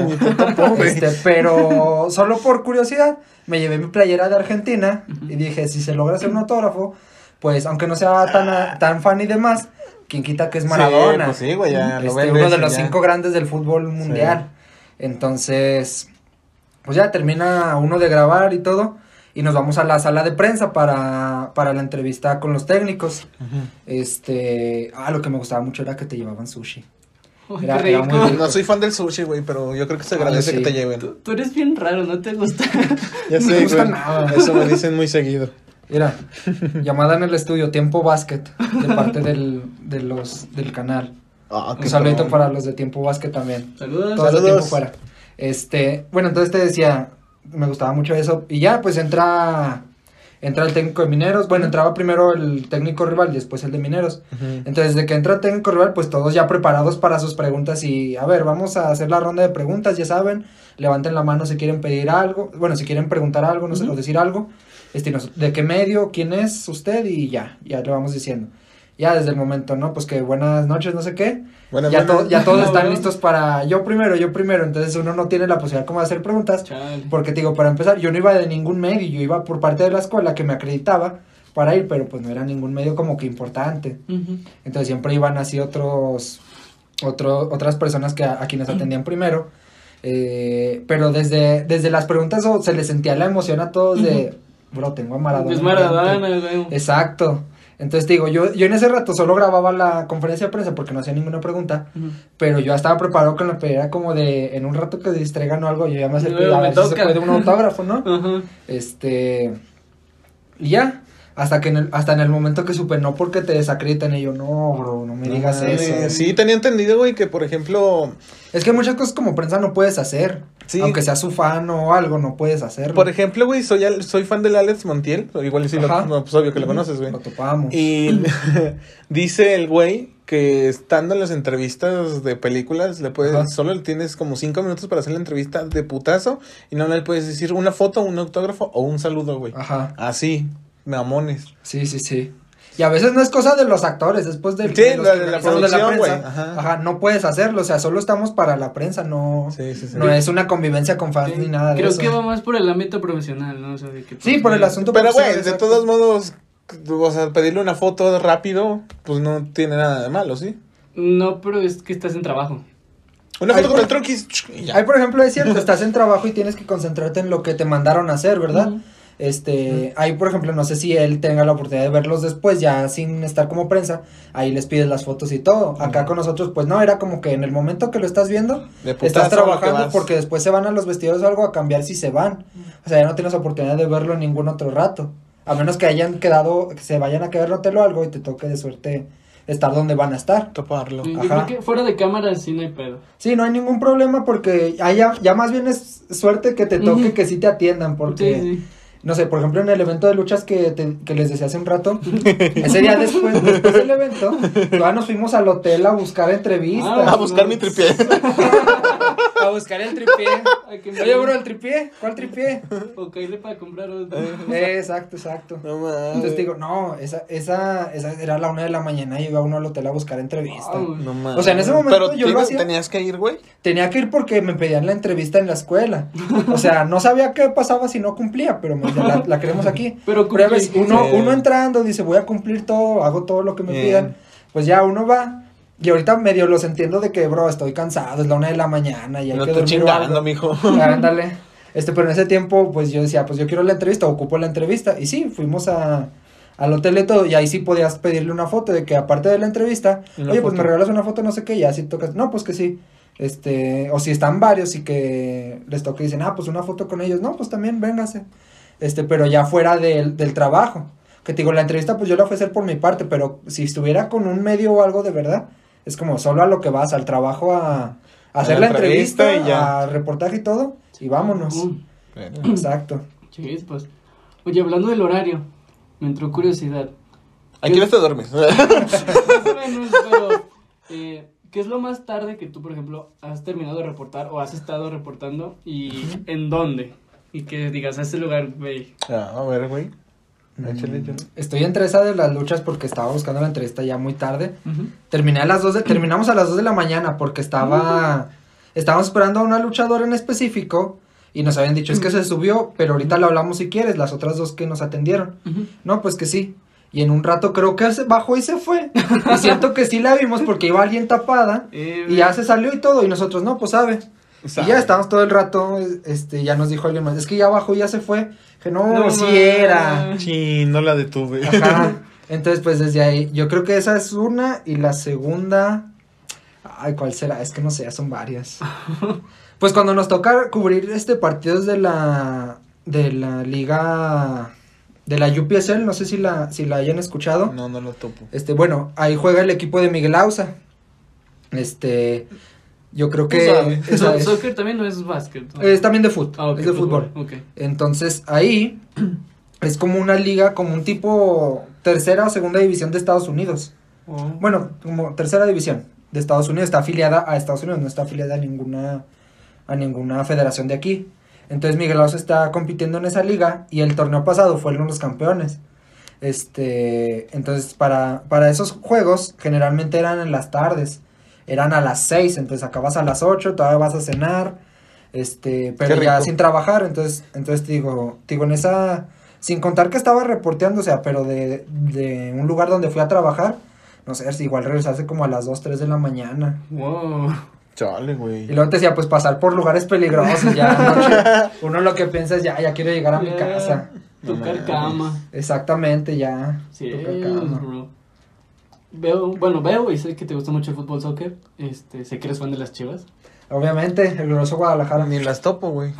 Speaker 2: güey.
Speaker 3: Este, pero solo por curiosidad, me llevé mi playera de Argentina y dije, si se logra hacer un autógrafo, pues aunque no sea tan, a- tan fan y demás, quien quita que es
Speaker 2: Sí,
Speaker 3: Maradona.
Speaker 2: pues sí, güey, ya lo
Speaker 3: Este,
Speaker 2: ven.
Speaker 3: uno de
Speaker 2: veces
Speaker 3: los
Speaker 2: ya.
Speaker 3: cinco grandes del fútbol mundial. Entonces, pues ya termina uno de grabar y todo. Y nos vamos a la sala de prensa para, para la entrevista con los técnicos.
Speaker 2: Ujú.
Speaker 3: Este, ah, lo que me gustaba mucho era que te llevaban sushi.
Speaker 1: Ay,
Speaker 3: Era-
Speaker 1: qué
Speaker 3: era muy
Speaker 1: rico.
Speaker 3: rico.
Speaker 2: Pues No soy fan del sushi, güey, pero yo creo que se
Speaker 3: Ah,
Speaker 2: agradece
Speaker 3: sí.
Speaker 2: que te lleven.
Speaker 1: Tú, tú eres bien raro, ¿no te gusta?
Speaker 2: Ya
Speaker 3: No
Speaker 2: sé,
Speaker 3: me gusta
Speaker 2: güey.
Speaker 3: nada.
Speaker 2: Eso me dicen muy seguido.
Speaker 3: Mira, llamada en el estudio, Tiempo Basket, de parte del, de los, del canal.
Speaker 2: Ah,
Speaker 3: Un saludito para los de Tiempo Basket también.
Speaker 1: Saludos.
Speaker 3: todo el
Speaker 2: Saludos.
Speaker 3: tiempo fuera. Este, bueno, entonces te decía, me gustaba mucho eso. Y ya, pues entra, entra el técnico de mineros. Bueno, entraba primero el técnico rival y después el de mineros. Entonces, de que entra el técnico rival, pues todos ya preparados para sus preguntas. Y a ver, vamos a hacer la ronda de preguntas, ya saben. Levanten la mano si quieren pedir algo. Bueno, si quieren preguntar algo, no sé,
Speaker 1: Ujú.
Speaker 3: o decir algo. Este, nos- de qué medio, quién es usted y ya, ya le vamos diciendo. Ya desde el momento, ¿no? Pues que buenas noches, no sé qué
Speaker 2: Bueno,
Speaker 3: ya,
Speaker 2: bueno,
Speaker 3: to- ya todos
Speaker 1: No,
Speaker 3: están
Speaker 1: bueno.
Speaker 3: listos para yo primero, yo primero. Entonces uno no tiene la posibilidad como de hacer preguntas.
Speaker 1: Chale.
Speaker 3: Porque te digo, para empezar, yo no iba de ningún medio, yo iba por parte de la escuela que me acreditaba para ir, pero pues no era ningún medio como que importante.
Speaker 1: Ujú.
Speaker 3: Entonces siempre iban así otros, otro, otras personas que a, a quienes atendían primero. Eh, pero desde, desde las preguntas oh, se les sentía la emoción a todos de, bro, tengo a Maradona.
Speaker 1: Es
Speaker 3: enfrente".
Speaker 1: Pues Maradona, güey.
Speaker 3: Exacto. Entonces te digo, yo, yo en ese rato solo grababa la conferencia de prensa porque no hacía ninguna pregunta.
Speaker 1: Ujú.
Speaker 3: Pero yo ya estaba preparado con la pedida como de en un rato que distraigan o algo, yo ya me acerco y
Speaker 1: Luego
Speaker 3: a
Speaker 1: me
Speaker 3: ver si se
Speaker 1: toca.
Speaker 3: puede un autógrafo, ¿no?
Speaker 1: Ajá.
Speaker 3: Este y ya, hasta que en el, hasta en el momento que supe, no porque te desacreditan y yo, no, bro, no me
Speaker 2: No
Speaker 3: digas
Speaker 2: mames,
Speaker 3: eso.
Speaker 2: Sí, tenía entendido, güey, que por ejemplo,
Speaker 3: Es que muchas cosas como prensa no puedes hacer.
Speaker 2: Sí.
Speaker 3: Aunque seas su fan o algo, no puedes hacerlo.
Speaker 2: por ejemplo, güey, soy, al- soy fan del Alex Montiel, o igual sí lo,
Speaker 3: Ajá.
Speaker 2: no, pues obvio que lo conoces, güey.
Speaker 3: lo topamos.
Speaker 2: Y dice el güey que estando en las entrevistas de películas, le
Speaker 3: Ajá.
Speaker 2: puedes, solo le tienes como cinco minutos para hacer la entrevista de putazo y no le puedes decir una foto, un autógrafo o un saludo, güey.
Speaker 3: Ajá.
Speaker 2: Así, mamones.
Speaker 3: Sí, sí, sí. Y a veces no es cosa de los actores, después del
Speaker 2: Sí,
Speaker 3: de los
Speaker 2: la
Speaker 3: que
Speaker 2: de la
Speaker 3: organizaron de
Speaker 2: producción, güey,
Speaker 3: prensa.
Speaker 2: ajá.
Speaker 3: Ajá. no puedes hacerlo, o sea, solo estamos para la prensa, no.
Speaker 2: Sí, sí, sí.
Speaker 3: No es una convivencia con fans ni nada de
Speaker 1: Creo
Speaker 3: eso.
Speaker 1: que va más por el ámbito profesional, ¿no? O sea, de que, pues,
Speaker 3: Sí, por el asunto.
Speaker 2: Pero,
Speaker 3: profesional,
Speaker 2: güey, de
Speaker 3: exacto.
Speaker 2: todos modos, o sea, pedirle una foto rápido, pues no tiene nada de malo, ¿sí?
Speaker 1: No, pero es que estás en trabajo.
Speaker 2: Una
Speaker 3: Ay,
Speaker 2: foto con
Speaker 3: por-
Speaker 2: el tronquis. y ya.
Speaker 3: Ahí, por ejemplo, es cierto, estás en trabajo y tienes que concentrarte en lo que te mandaron a hacer, ¿verdad?
Speaker 1: Ujú.
Speaker 3: Este, ahí, por ejemplo, no sé si él tenga la oportunidad de verlos después, ya sin estar como prensa, ahí les pides las fotos y todo. Acá con nosotros, pues no, era como que en el momento que lo estás viendo,
Speaker 2: De putazo
Speaker 3: estás
Speaker 2: a lo que
Speaker 3: trabajando
Speaker 2: vas.
Speaker 3: porque después se van a los vestidores o algo a cambiar si se van. O sea, ya no tienes oportunidad de verlo en ningún otro rato. A menos que hayan quedado, que se vayan a quedar en hotel o algo y te toque de suerte estar donde van a estar.
Speaker 2: Toparlo.
Speaker 1: Sí, Yo
Speaker 3: Ajá.
Speaker 1: creo que fuera de cámara sí no hay pedo.
Speaker 3: Sí, no hay ningún problema porque ahí ya, ya más bien es suerte que te toque
Speaker 1: Ujú.
Speaker 3: que sí te atiendan porque,
Speaker 1: Sí, sí.
Speaker 3: no sé, por ejemplo en el evento de luchas que, te- que les decía hace un rato, ese día después, después del evento, todavía nos fuimos al hotel a buscar entrevistas.
Speaker 1: Ah,
Speaker 2: A buscar mi tripié.
Speaker 3: Ah, a buscar el tripié. Oye, bro, el tripié. ¿Cuál tripié?
Speaker 1: O caerle para comprar otro.
Speaker 3: Eh, exacto, exacto.
Speaker 2: No mames.
Speaker 3: Entonces te digo, no, esa, esa, esa era la una de la mañana y iba uno al hotel a buscar entrevista.
Speaker 1: Wow.
Speaker 2: No mames.
Speaker 3: O sea, en ese momento
Speaker 2: Pero
Speaker 3: yo
Speaker 2: te
Speaker 3: lo
Speaker 2: iba-
Speaker 3: hacía.
Speaker 2: tenías que ir, güey.
Speaker 3: Tenía que ir porque me pedían la entrevista en la escuela. O sea, no sabía qué pasaba si no cumplía, pero me decían, la, la queremos aquí.
Speaker 1: Pero
Speaker 3: Pero ya ves,
Speaker 1: cumplí.
Speaker 3: uno,
Speaker 2: Sí.
Speaker 3: uno entrando dice, voy a cumplir todo, hago todo lo que me
Speaker 2: Bien.
Speaker 3: pidan. Pues ya uno va. Y ahorita medio los entiendo de que, bro, estoy cansado, es la una de la mañana y hay
Speaker 2: No
Speaker 3: que
Speaker 2: estoy
Speaker 3: dormir. o
Speaker 2: chingando,
Speaker 3: algo".
Speaker 2: mijo.
Speaker 3: Ándale. Este, pero en ese tiempo, pues yo decía, pues yo quiero la entrevista, ocupo la entrevista. Y sí, fuimos a, al hotel y todo. Y ahí sí podías pedirle una foto de que aparte de la entrevista,
Speaker 2: Una
Speaker 3: oye, pues me
Speaker 2: foto.
Speaker 3: regalas una foto, no sé qué, y así tocas. No, pues que sí. Este, o si están varios y que les toca y dicen, ah, pues una foto con ellos. No, pues también, véngase. Este, pero ya fuera del, del trabajo. Que te digo, la entrevista, pues yo la fui a hacer por mi parte, pero si estuviera con un medio o algo de verdad, es como solo a lo que vas, al trabajo a, a
Speaker 2: A
Speaker 3: hacer
Speaker 2: la
Speaker 3: la entrevista,
Speaker 2: entrevista y ya.
Speaker 3: a reportaje y todo, y vámonos.
Speaker 1: Uh,
Speaker 3: Exacto.
Speaker 1: chispas. pues. Oye, hablando del horario, me entró curiosidad.
Speaker 2: Aquí no te duermes.
Speaker 1: Más o menos, pero, eh, ¿qué es lo más tarde que tú, por ejemplo, has terminado de reportar o has estado reportando y en dónde? Y que digas, a este lugar, güey.
Speaker 2: Ah, a ver, güey. Échale, échale.
Speaker 3: Estoy entre esa de las luchas porque estaba buscando la entrevista ya muy tarde. Terminé a las 2 de, terminamos a las 2 de la mañana porque estaba, estábamos esperando a una luchadora en específico y nos habían dicho, es que se subió, pero ahorita lo hablamos si quieres, las otras dos que nos atendieron. No, pues que sí. Y en un rato creo que se bajó y se fue. Y siento que sí la vimos porque iba alguien tapada
Speaker 1: Eh,
Speaker 3: y ya se salió y todo y nosotros, no, pues sabe. Y ya estábamos todo el rato, este, ya nos dijo alguien más, es que ya bajó y ya se fue. Que no,
Speaker 1: No
Speaker 3: sí
Speaker 1: mames.
Speaker 3: era.
Speaker 2: Chin, no la detuve.
Speaker 3: Ajá. Entonces, pues desde ahí, yo creo que esa es una y la segunda, ay, ¿cuál será? Es que no sé, ya son varias. Pues cuando nos toca cubrir este partidos de la de la liga de la UPSL, no sé si la si la hayan escuchado.
Speaker 2: No, no lo topo.
Speaker 3: Este, bueno, ahí juega el equipo de Miguel Ausa. Este, yo creo que
Speaker 2: Tú sabes.
Speaker 1: so-
Speaker 3: esa es,
Speaker 1: soccer también no es básquet. ¿no?
Speaker 3: es también de fútbol,
Speaker 1: Ah, ok,
Speaker 3: es de fútbol.
Speaker 1: Ok.
Speaker 3: Entonces ahí es como una liga, como un tipo tercera o segunda división de Estados Unidos. Bueno, como tercera división de Estados Unidos, está afiliada a Estados Unidos, no está afiliada a ninguna, a ninguna federación de aquí. Entonces Miguel Ausa está compitiendo en esa liga y el torneo pasado fueron los campeones. Este, entonces para, para esos juegos generalmente eran en las tardes, eran a las 6, entonces acabas a las 8, todavía vas a cenar, este, pero
Speaker 2: Qué
Speaker 3: ya
Speaker 2: rico.
Speaker 3: sin trabajar, entonces, entonces te digo, te digo, en esa, sin contar que estaba reporteando, o sea, pero de, de un lugar donde fui a trabajar, no sé, si igual regresaste como a las 2, 3 de la mañana.
Speaker 1: Wow.
Speaker 2: Chale,
Speaker 3: Y
Speaker 2: güey.
Speaker 3: luego te decía, pues pasar por lugares peligrosos, ya. ¿no? Uno lo que piensa es, ya, ya quiero llegar a mi
Speaker 1: Ya.
Speaker 3: casa.
Speaker 2: No
Speaker 1: Tocar
Speaker 2: mames.
Speaker 1: cama.
Speaker 3: Exactamente, ya.
Speaker 1: Sí,
Speaker 3: Toca cama.
Speaker 1: bro. Veo, bueno, veo y sé que te gusta mucho el fútbol soccer. Este, sé que eres fan de las chivas.
Speaker 3: Obviamente, el glorioso Guadalajara.
Speaker 2: Ni las topo, güey.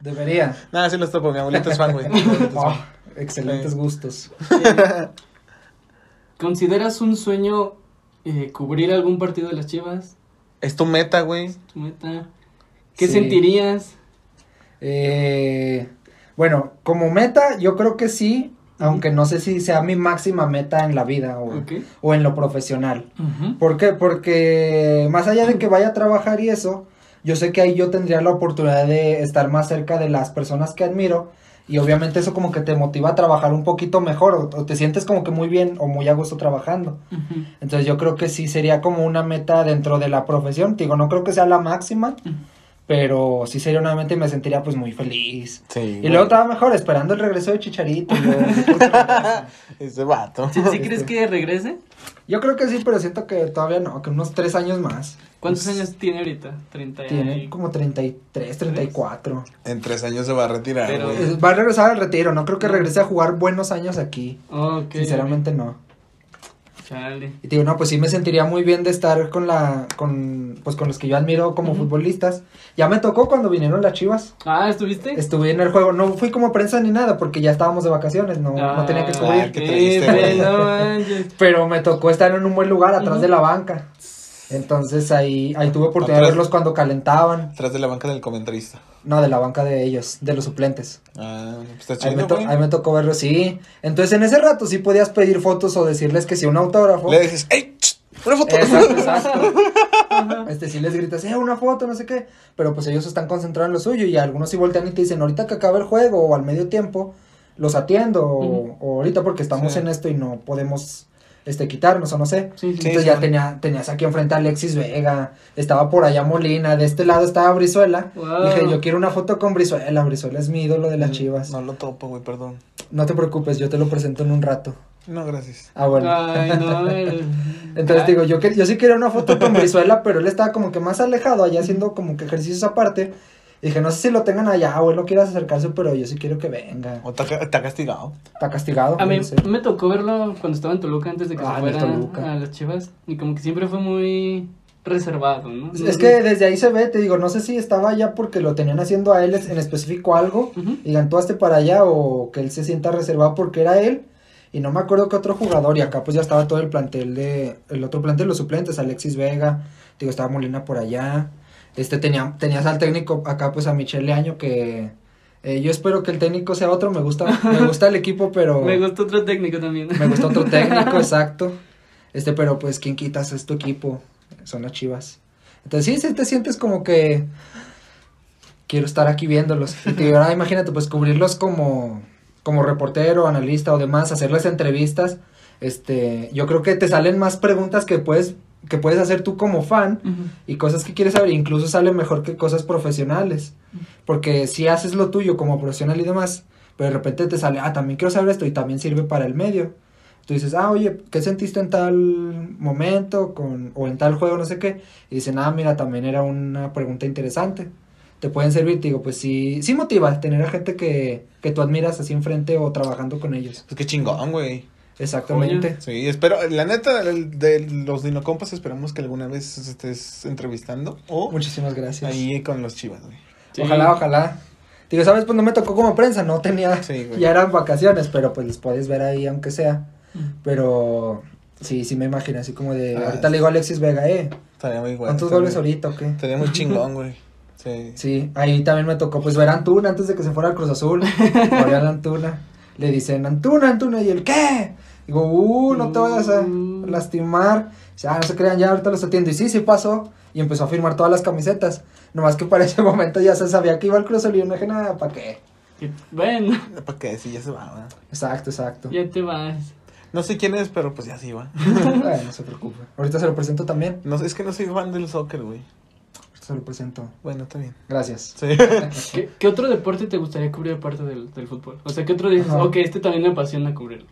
Speaker 3: Debería.
Speaker 2: Nada, sí las topo. Mi abuelita es fan, güey. Mi abuelita es fan.
Speaker 3: Oh, excelentes
Speaker 2: Sí.
Speaker 3: gustos.
Speaker 1: Eh, ¿Consideras un sueño eh, cubrir algún partido de las chivas?
Speaker 2: Es tu meta, güey.
Speaker 1: ¿Tu meta? ¿Qué
Speaker 3: Sí.
Speaker 1: sentirías?
Speaker 3: Eh, bueno, como meta, yo creo que sí, aunque no sé si sea mi máxima meta en la vida o,
Speaker 1: Ok.
Speaker 3: o en lo profesional.
Speaker 1: Ujú.
Speaker 3: ¿Por qué? Porque más allá de que vaya a trabajar y eso, yo sé que ahí yo tendría la oportunidad de estar más cerca de las personas que admiro y obviamente eso como que te motiva a trabajar un poquito mejor o, o te sientes como que muy bien o muy a gusto trabajando.
Speaker 1: Ujú.
Speaker 3: Entonces yo creo que sí sería como una meta dentro de la profesión. Te digo, no creo que sea la máxima,
Speaker 1: Ujú.
Speaker 3: pero sí sería una meta y me sentiría pues muy feliz.
Speaker 2: Sí.
Speaker 3: Y luego estaba mejor esperando el regreso de Chicharito. yo-
Speaker 2: Ese vato.
Speaker 1: ¿Sí,
Speaker 3: Este.
Speaker 1: sí crees que regrese?
Speaker 3: Yo creo que sí, pero siento que todavía no, que unos tres años más.
Speaker 1: ¿Cuántos años tiene ahorita? 30 y-
Speaker 3: Pues, Tiene como 33, 34.
Speaker 2: En tres años se va a retirar,
Speaker 1: Pero-
Speaker 2: güey.
Speaker 3: Eh, Va a regresar al retiro, no creo que regrese a jugar buenos años aquí.
Speaker 1: Ok.
Speaker 3: Sinceramente no.
Speaker 1: Chale.
Speaker 3: Y te digo, no, pues sí me sentiría muy bien de estar con la con pues con los que yo admiro como futbolistas. Ya me tocó cuando vinieron las Chivas.
Speaker 1: Ah, ¿estuviste?
Speaker 3: Estuve en el juego, no fui como prensa ni nada porque ya estábamos de vacacionnes, no, no tenía que
Speaker 1: Ah,
Speaker 3: cubrir.
Speaker 2: qué
Speaker 1: ok,
Speaker 2: triste, güey.
Speaker 1: no manches.
Speaker 3: Pero me tocó estar en un buen lugar atrás
Speaker 1: Ujú.
Speaker 3: de la banca. Entonces ahí ahí tuve oportunidad de
Speaker 2: Atrás.
Speaker 3: verlos cuando calentaban.
Speaker 2: Atrás de la banca del comentarista.
Speaker 3: No, de la banca de ellos, de los suplentes.
Speaker 2: Ah, pues está
Speaker 3: Ahí me,
Speaker 2: chido,
Speaker 3: to-
Speaker 2: güey.
Speaker 3: ahí me tocó verlo, sí. Entonces en ese rato sí podías pedir fotos o decirles que sí un autógrafo.
Speaker 2: Le dices, ¡ey! ch, ¡Una foto!
Speaker 3: Exacto, exacto. Este, sí les gritas, eh, una foto, no sé qué. Pero pues ellos están concentrados en lo suyo y algunos sí voltean y te dicen, ahorita que acabe el juego o al medio tiempo, los atiendo o-
Speaker 1: Ujú.
Speaker 3: o, ahorita porque estamos
Speaker 2: Sí.
Speaker 3: en esto y no podemos este, quitarnos o no sé.
Speaker 1: Sí, sí.
Speaker 2: Sí.
Speaker 3: Entonces ya tenía, tenías aquí enfrente a Alexis Vega, estaba por allá Molina, de este lado estaba Brizuela.
Speaker 2: Ah.
Speaker 1: Wow.
Speaker 3: Dije, yo quiero una foto con Brizuela, Brizuela es mi ídolo de las chivas.
Speaker 2: Mm, No lo topo, güey, perdón.
Speaker 3: No te preocupes, yo te lo presento en un rato.
Speaker 2: No, gracias.
Speaker 3: Ah, bueno.
Speaker 1: Ay, no, el-
Speaker 3: Entonces
Speaker 1: Ah,
Speaker 3: digo, yo, quer- yo sí quería una foto con Brizuela, pero él estaba como que más alejado allá haciendo como que ejercicios aparte. Y dije, no sé si lo tengan allá o él no quieras acercarse, pero yo sí quiero que venga.
Speaker 2: O te, ha ca- te ha castigado.
Speaker 3: Está castigado.
Speaker 1: A mí
Speaker 3: no sé.
Speaker 1: me tocó verlo cuando estaba en Toluca antes de que
Speaker 3: Ah,
Speaker 1: se
Speaker 3: en el
Speaker 1: fuera
Speaker 3: Toluca.
Speaker 1: a las chivas. Y como que siempre fue muy reservado, ¿no?
Speaker 3: Es que desde ahí se ve, te digo, no sé si estaba allá porque lo tenían haciendo a él es- en específico algo.
Speaker 1: Ujú.
Speaker 3: Y gantuaste para allá o que él se sienta reservado porque era él. Y no me acuerdo que otro jugador. Y acá pues ya estaba todo el plantel de... El otro plantel, los suplentes, Alexis Vega. Digo, estaba Molina por allá. Este, tenía, tenías al técnico acá pues a Michelle Leaño que... eh, yo espero que el técnico sea otro. Me gusta, me gusta el equipo, pero...
Speaker 1: Me gustó otro técnico también.
Speaker 3: me gusta otro técnico, exacto. Este, pero pues, ¿quién quitas? Es tu equipo. Son las chivas. Entonces, sí, sí te sientes como que. Quiero estar aquí viéndolos. Y te digo, "Ah, imagínate, pues cubrirlos como, como reportero, analista o demás, hacerles entrevistas. Este, yo creo que te salen más preguntas que puedes, que puedes hacer tú como fan
Speaker 1: Ujú.
Speaker 3: y cosas que quieres saber, incluso sale mejor que cosas profesionales. Porque si haces lo tuyo como profesional y demás, pero de repente te sale, ah, también quiero saber esto y también sirve para el medio. Tú dices, ah, oye, ¿qué sentiste en tal momento con, o en tal juego, no sé qué? Y dicen, ah, mira, también era una pregunta interesante. Te pueden servir, te digo, pues sí, sí motiva tener a gente que, que tú admiras así enfrente o trabajando con ellos.
Speaker 2: Pues qué chingón, güey.
Speaker 3: Exactamente.
Speaker 2: Sí, espero, la neta, el- de los dinocompas esperamos que alguna vez estés entrevistando o
Speaker 3: Muchísimas gracias.
Speaker 2: ahí con los chivas, güey.
Speaker 1: Sí.
Speaker 3: Ojalá, ojalá. Digo, ¿sabes? Pues no me tocó como prensa, no tenía.
Speaker 2: Sí, güey.
Speaker 3: ya eran vacaciones, pero pues los puedes ver ahí, aunque sea.
Speaker 1: Ujú.
Speaker 3: Pero sí, sí me imagino, así como de.
Speaker 2: Ah,
Speaker 3: ahorita
Speaker 2: sí.
Speaker 3: le digo a Alexis Vega, ¿eh?
Speaker 2: Estaría muy bueno.
Speaker 3: ¿Cuántos
Speaker 2: estaría-
Speaker 3: goles ahorita o qué?
Speaker 2: Estaría muy chingón, güey. Sí.
Speaker 3: Sí, ahí también me tocó, pues ver a Antuna antes de que se fuera al Cruz Azul. Volvían a Antuna. Le dicen, Antuna, Antuna, y el ¿qué? Digo, uh, no te vayas a
Speaker 1: Mm.
Speaker 3: lastimar. Dice, ah, no se crean, ya ahorita los atiendo. Y sí, sí pasó. Y empezó a firmar todas las camisetas. Nomás que para ese momento ya se sabía que iba al Cruz Azul y yo no dije nada, ¿para qué?
Speaker 1: Que- Bueno,
Speaker 2: ¿Para qué? Sí, ya se va, güey.
Speaker 3: Exacto, exacto.
Speaker 1: ya te vas.
Speaker 2: No sé quién es, pero pues ya sí va.
Speaker 3: Ay, no se preocupe. Ahorita se lo presento también.
Speaker 2: No, sé, es que no soy fan del soccer, güey.
Speaker 3: Ahorita se lo presento.
Speaker 2: Bueno, está bien.
Speaker 3: Gracias.
Speaker 2: Sí.
Speaker 1: ¿Qué, qué otro deporte te gustaría cubrir aparte del, del fútbol? O sea, ¿qué otro dices?
Speaker 3: Ajá.
Speaker 1: Ok, este también me apasiona cubrirlo.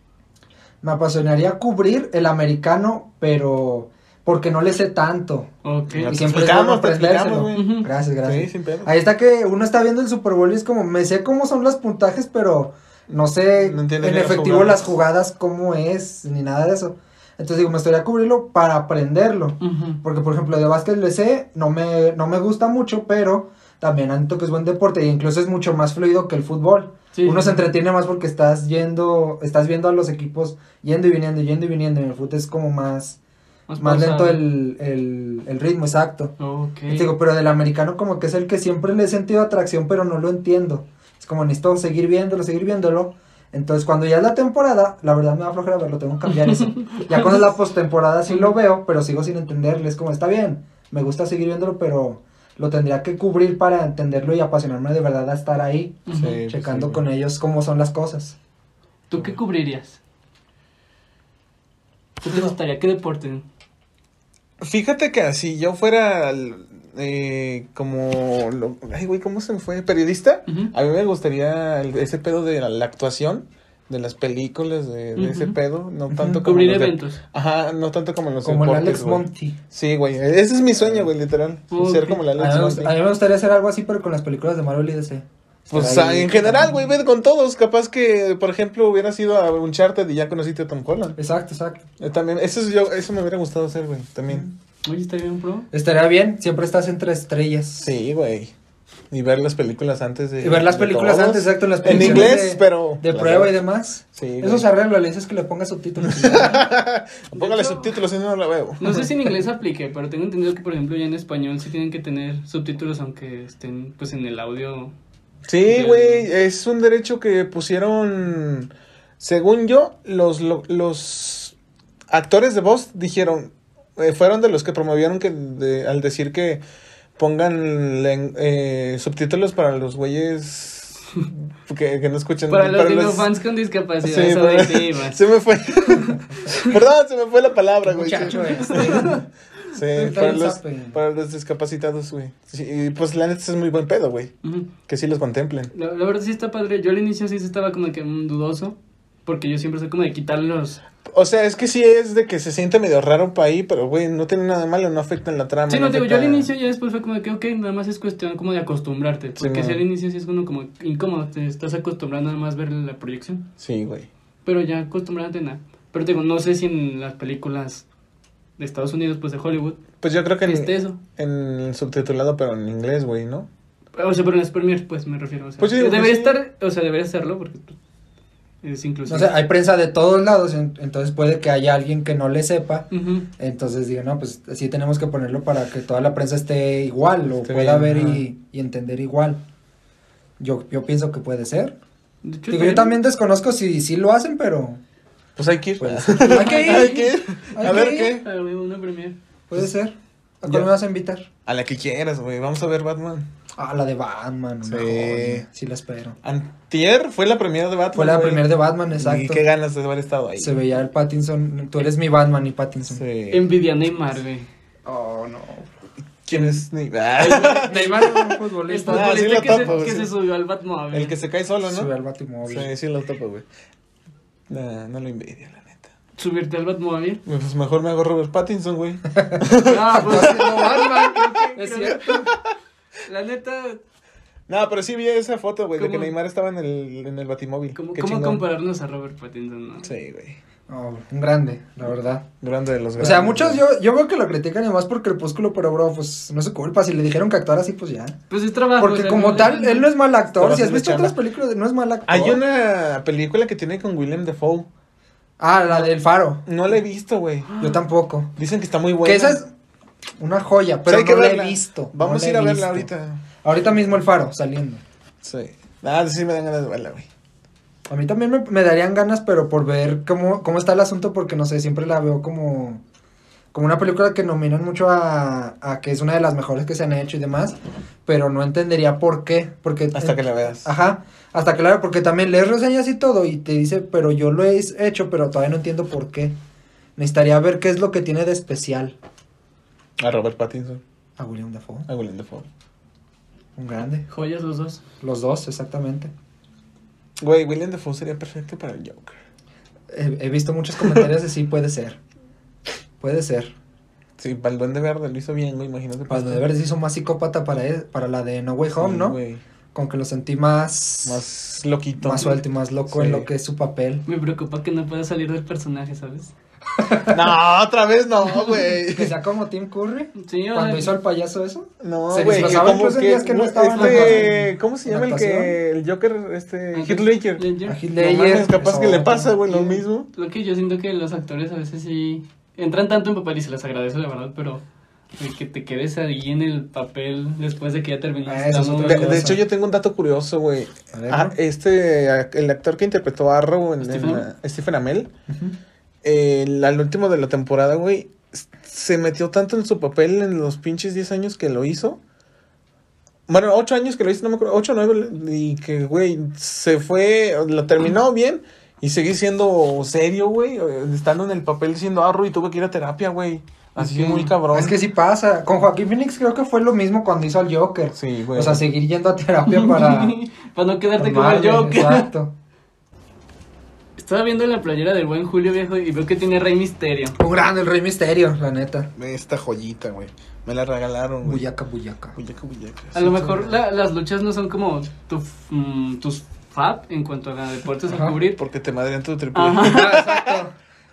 Speaker 3: Me apasionaría cubrir el americano, pero porque no le sé tanto.
Speaker 1: Ok.
Speaker 2: Ya te
Speaker 3: siempre es
Speaker 2: explicamos,
Speaker 3: bueno
Speaker 2: te explicamos,
Speaker 3: aprendérselo.
Speaker 2: güey.
Speaker 1: Ujú.
Speaker 3: Gracias,
Speaker 2: Sí,
Speaker 3: gracias.
Speaker 2: sin pedo.
Speaker 3: Ahí está que uno está viendo el Super Bowl y es como, me sé cómo son los puntajes, pero no sé
Speaker 2: No
Speaker 3: en
Speaker 2: entiendes bien las
Speaker 3: efectivo
Speaker 2: jugadas.
Speaker 3: las jugadas cómo es, ni nada de eso. Entonces digo, me gustaría cubrirlo para aprenderlo.
Speaker 1: Ujú.
Speaker 3: Porque, por ejemplo, de básquet le sé, no me, no me gusta mucho, pero también admito que es buen deporte e incluso es mucho más fluido que el fútbol.
Speaker 1: Sí.
Speaker 3: Uno se entretiene más porque estás yendo, estás viendo a los equipos yendo y viniendo, yendo y viniendo. En el fútbol es como más, más, lento
Speaker 1: pausado.
Speaker 3: el, el, el ritmo, exacto.
Speaker 1: Ok.
Speaker 3: Y te digo, pero del americano como que es el que siempre le he sentido atracción, pero no lo entiendo. Es como necesito seguir viéndolo, seguir viéndolo. Entonces, cuando ya es la temporada, la verdad me va a flojera verlo, tengo que cambiar eso. ya cuando es la postemporada sí lo veo, pero sigo sin entenderle. Es como, está bien, me gusta seguir viéndolo, pero lo tendría que cubrir para entenderlo y apasionarme de verdad a estar ahí,
Speaker 1: Ujú.
Speaker 2: Sí, pues
Speaker 3: checando
Speaker 2: sí,
Speaker 3: con
Speaker 2: güey.
Speaker 3: ellos cómo son las cosas.
Speaker 1: ¿Tú qué cubrirías? ¿Qué te gustaría? ¿Qué deporte?
Speaker 2: Fíjate que si yo fuera al- eh, como... lo- ay, güey, ¿cómo se me fue? ¿Periodista?
Speaker 1: Ujú.
Speaker 2: A mí me gustaría el- ese pedo de la, la actuación, de las películas, de, de ese
Speaker 1: Ujú.
Speaker 2: pedo. No
Speaker 3: Ujú.
Speaker 2: tanto como...
Speaker 1: Cubrir
Speaker 2: los de-
Speaker 1: eventos.
Speaker 2: Ajá, no tanto como en los
Speaker 3: Como el
Speaker 2: deportes,
Speaker 3: Alex
Speaker 2: güey.
Speaker 3: Monti.
Speaker 2: Sí, güey. Ese es mi sueño, güey, literal.
Speaker 1: Ok.
Speaker 2: Ser como el
Speaker 3: A mí,
Speaker 2: Alex
Speaker 3: me
Speaker 2: Monti.
Speaker 3: gust- a mí me gustaría hacer algo así, pero con las películas de Marvel y DC.
Speaker 2: Pues
Speaker 3: Estar ahí.
Speaker 2: en general, güey, ve con todos. Capaz que, por ejemplo, hubiera sido a Uncharted y ya conociste a Tom Holland.
Speaker 3: Exacto, exacto.
Speaker 2: Eh, También, eso, es yo, eso me hubiera gustado hacer, güey, también.
Speaker 1: Oye, ¿está bien, pro?
Speaker 3: Estaría bien, siempre estás entre estrellas.
Speaker 2: Sí, güey. Y ver las películas antes de...
Speaker 3: Y ver las
Speaker 2: de
Speaker 3: películas
Speaker 2: todos.
Speaker 3: antes, exacto, las
Speaker 2: En
Speaker 3: películas.
Speaker 2: inglés,
Speaker 3: de,
Speaker 2: pero...
Speaker 3: De prueba y demás.
Speaker 2: Sí,
Speaker 3: Eso
Speaker 2: güey.
Speaker 3: se arregla, le dices que le ponga subtítulos. ¿no?
Speaker 2: Póngale
Speaker 1: De hecho-
Speaker 2: subtítulos, si no, no la veo.
Speaker 1: No sé si en inglés aplique, pero tengo entendido que, por ejemplo, ya en español sí tienen que tener subtítulos, aunque estén, pues, en el audio.
Speaker 2: Sí, güey, es un derecho que pusieron, según yo, los, lo- los actores de voz dijeron, eh, fueron de los que promovieron que de- al decir que pongan len- eh, subtítulos para los güeyes que, que no escuchan.
Speaker 1: Para los
Speaker 2: los-
Speaker 1: dinofans con discapacidad,
Speaker 2: Sí,
Speaker 1: eso
Speaker 2: para-
Speaker 1: de ahí va.
Speaker 2: se me fue. Perdón, se me fue la palabra, güey.
Speaker 3: Muchacho,
Speaker 2: Sí,
Speaker 3: este. Está
Speaker 2: para
Speaker 3: bien
Speaker 2: los,
Speaker 3: zape.
Speaker 2: para los discapacitados, güey. Sí, y pues la neta es muy buen pedo, güey.
Speaker 1: Ujú.
Speaker 2: Que sí los contemplen.
Speaker 1: La, la verdad sí está padre. Yo al inicio sí estaba como que mm, dudoso. Porque yo siempre soy como de quitarlos.
Speaker 2: O sea, es que sí es de que se siente medio raro para ahí, pero güey, no tiene nada de malo, no afecta en la trama.
Speaker 1: Sí, no, te digo, yo al
Speaker 2: afecta-
Speaker 1: inicio ya después fue como de que, ok, nada más es cuestión como de acostumbrarte. Porque
Speaker 2: man.
Speaker 1: si al inicio sí es uno como incómodo, te estás acostumbrando a nada más ver la proyección.
Speaker 2: Sí, güey.
Speaker 1: Pero ya acostumbrándote nada. Pero te digo, no sé si en las películas de Estados Unidos, pues de Hollywood,
Speaker 2: Pues yo creo que
Speaker 1: esté
Speaker 2: en,
Speaker 1: eso.
Speaker 2: en el subtitulado, pero en inglés, güey, ¿no?
Speaker 1: O sea, pero en las premiers, pues me refiero. O sea,
Speaker 2: Pues yo digo que
Speaker 1: debería
Speaker 2: sí.
Speaker 1: estar, o sea, debería hacerlo porque es inclusivo.
Speaker 3: O sea, hay prensa de todos lados, en- entonces puede que haya alguien que no le sepa.
Speaker 1: Ujú.
Speaker 3: Entonces digo, no, pues sí tenemos que ponerlo para que toda la prensa esté igual o
Speaker 2: Esté
Speaker 3: pueda
Speaker 2: bien,
Speaker 3: ver
Speaker 2: ajá.
Speaker 3: y, y entender igual. Yo, yo pienso que puede ser.
Speaker 1: De hecho,
Speaker 3: Digo, yo también desconozco si, si lo hacen, pero
Speaker 2: Pues hay que ir.
Speaker 3: puede ser. Hay que ir,
Speaker 2: Hay que ir.
Speaker 3: Hay
Speaker 2: A
Speaker 3: que
Speaker 2: ver
Speaker 3: ir.
Speaker 2: qué.
Speaker 1: Ah, güey, una premier.
Speaker 3: Puede ser. ¿A
Speaker 2: Ya.
Speaker 3: cuál me vas a invitar?
Speaker 2: A la que quieras, güey. Vamos a ver Batman.
Speaker 3: Ah, la de Batman. una
Speaker 2: Sí.
Speaker 3: joya. Sí, la espero.
Speaker 2: Antier fue la primera de Batman.
Speaker 3: Fue la
Speaker 2: güey.
Speaker 3: primera de Batman,
Speaker 2: Y
Speaker 3: exacto.
Speaker 2: qué ganas de haber estado ahí.
Speaker 3: Se veía el Pattinson. Tú eres mi Batman y Pattinson.
Speaker 2: Sí.
Speaker 1: Envidia a Neymar, güey.
Speaker 3: Oh, no.
Speaker 2: ¿Quién es? Ah. Ni-
Speaker 3: Neymar es un
Speaker 1: El
Speaker 3: futbolista.
Speaker 2: Ah, sí
Speaker 1: futbolista
Speaker 2: lo
Speaker 1: que, se-
Speaker 2: topo,
Speaker 1: que
Speaker 2: sí.
Speaker 1: se subió al Batmóvil.
Speaker 2: El que se cae solo,
Speaker 3: Sube
Speaker 2: ¿no?
Speaker 3: al Batimóvil.
Speaker 2: Sí, sí lo topo, güey. Nah, no lo envidia, la neta.
Speaker 1: Subirte al Batmóvil.
Speaker 2: Pues mejor me hago Robert Pattinson, güey.
Speaker 1: Ah, pues,
Speaker 3: No, Batman.
Speaker 1: es cierto. La neta,
Speaker 2: No, pero sí vi esa foto, güey, de que
Speaker 1: ¿Cómo?
Speaker 2: Neymar estaba en el, en el batimóvil.
Speaker 1: ¿cómo,
Speaker 2: Qué
Speaker 1: cómo
Speaker 2: chingón.
Speaker 1: compararnos a Robert Pattinson? No?
Speaker 2: Sí, güey.
Speaker 3: Oh, un grande, la verdad.
Speaker 2: Grande de los
Speaker 3: O sea,
Speaker 2: grandes,
Speaker 3: muchos
Speaker 2: güey.
Speaker 3: yo, yo veo que lo critican además por Crepúsculo, pero bro, pues no se culpa. Si le dijeron que actuara así, pues ya.
Speaker 1: Pues es trabajo. o
Speaker 3: Porque
Speaker 1: sea,
Speaker 3: como
Speaker 1: no-
Speaker 3: tal, él no es mal actor.
Speaker 2: Pero
Speaker 3: Si has
Speaker 2: hace la
Speaker 3: visto
Speaker 2: chamba.
Speaker 3: otras películas, no es mal actor.
Speaker 2: Hay una película que tiene con William Defoe.
Speaker 3: Ah, la del faro.
Speaker 2: No la he visto, güey.
Speaker 3: Yo tampoco.
Speaker 2: Dicen que está muy buena.
Speaker 3: Que esa es una joya, pero
Speaker 2: Sí, hay
Speaker 3: no la
Speaker 2: verla.
Speaker 3: he visto.
Speaker 2: Vamos
Speaker 3: no
Speaker 2: a ir
Speaker 3: la
Speaker 2: a
Speaker 3: he
Speaker 2: verla
Speaker 3: visto.
Speaker 2: ahorita.
Speaker 3: Ahorita mismo el faro saliendo.
Speaker 2: Sí. Ah, sí me dan ganas de verla, güey.
Speaker 3: A mí también me, me darían ganas, pero por ver cómo, cómo está el asunto, porque no sé, siempre la veo como, como una película que nominan mucho a, a que es una de las mejores que se han hecho y demás, pero no entendería por qué. Porque, eh,
Speaker 2: Hasta que la veas.
Speaker 3: Ajá, hasta claro, porque también lees reseñas y todo y te dice, pero yo lo he hecho, pero todavía no entiendo por qué. Necesitaría ver qué es lo que tiene de especial
Speaker 2: A Robert Pattinson.
Speaker 3: a William Dafoe,
Speaker 2: A William Defoe.
Speaker 3: un grande.
Speaker 1: Joyas los dos.
Speaker 3: Los dos, exactamente.
Speaker 2: Güey, William Defoe sería perfecto para el Joker.
Speaker 3: He, he visto muchos comentarios de sí, puede ser. Puede ser.
Speaker 2: Sí, para el Duende Verde lo hizo bien, güey. Imagínate.
Speaker 3: Cuando de verdad se hizo más psicópata para, él- para la de No Way
Speaker 2: Sí,
Speaker 3: Home, ¿no?
Speaker 2: güey.
Speaker 3: Con que lo sentí más, más,
Speaker 2: Más loquito.
Speaker 3: suelto y más loco
Speaker 2: Sí.
Speaker 3: en lo que es su papel.
Speaker 1: Me preocupa que no pueda salir del personaje, ¿sabes?
Speaker 2: No, otra vez no, güey.
Speaker 3: Que sea como Tim Curry,
Speaker 1: Sí, o
Speaker 3: cuando
Speaker 1: sea,
Speaker 3: hizo al payaso eso.
Speaker 2: No,
Speaker 3: Se
Speaker 2: güey, que
Speaker 3: disfrazaba
Speaker 2: como
Speaker 3: incluso en
Speaker 2: que,
Speaker 3: días que no estaba en la
Speaker 2: este,
Speaker 3: cosa.
Speaker 2: ¿cómo se
Speaker 3: ¿En
Speaker 2: llama el que el Joker
Speaker 3: Eh,
Speaker 2: este
Speaker 1: Ah, pues, Heath
Speaker 2: Heath Ledger?
Speaker 1: Ledger.
Speaker 3: A Heath
Speaker 2: No mames,
Speaker 3: Ledger,
Speaker 2: capaz
Speaker 3: eso,
Speaker 2: que le pasa, güey, lo
Speaker 3: sí.
Speaker 2: mismo.
Speaker 1: Lo que yo siento que los actores a veces sí entran tanto en papel y se les agradece, la verdad, pero el que te quedes ahí en el papel después de que ya terminaste.
Speaker 3: Ah, eso
Speaker 1: la
Speaker 3: es otra
Speaker 2: De,
Speaker 1: movie.
Speaker 2: de
Speaker 3: cosa.
Speaker 2: hecho, yo tengo un dato curioso, güey.
Speaker 3: A ver,
Speaker 2: Ah,
Speaker 3: ¿no?
Speaker 2: este, a- el actor que interpretó a Arrow en, en
Speaker 1: Stephen
Speaker 2: la- Stephen Amell,
Speaker 3: Ujú.
Speaker 2: el- al último de la temporada, güey, s- se metió tanto en su papel en los pinches 10 años que lo hizo. Bueno, 8 años que lo hizo, no me acuerdo, 8 o 9, y que, güey, se fue, lo terminó bien y seguí siendo serio, güey, eh, estando en el papel siendo Arrow y tuve que ir a terapia, güey. Así
Speaker 1: Ok.
Speaker 2: muy cabrón.
Speaker 3: Es que sí pasa. Con Joaquín Phoenix creo que fue lo mismo cuando hizo al Joker.
Speaker 2: Sí, güey.
Speaker 3: O sea, seguir yendo a terapia para...
Speaker 1: Para no quedarte
Speaker 3: para
Speaker 1: como el
Speaker 3: madre,
Speaker 1: Joker.
Speaker 3: Exacto.
Speaker 1: Estaba viendo la playera del buen Julio Viejo y veo que tiene Rey Misterio.
Speaker 3: Un grande, el Rey Misterio, la neta.
Speaker 2: Esta joyita, güey. Me la regalaron, güey.
Speaker 3: Buyaca, buyaca.
Speaker 2: Buyaca, buyaca.
Speaker 1: A lo mejor la- las luchas no son como tu f- mm, tus fab en cuanto a deportes a
Speaker 3: Ajá.
Speaker 1: cubrir.
Speaker 2: Porque te madrean tu triple.
Speaker 1: Ajá.
Speaker 3: Ah, exacto.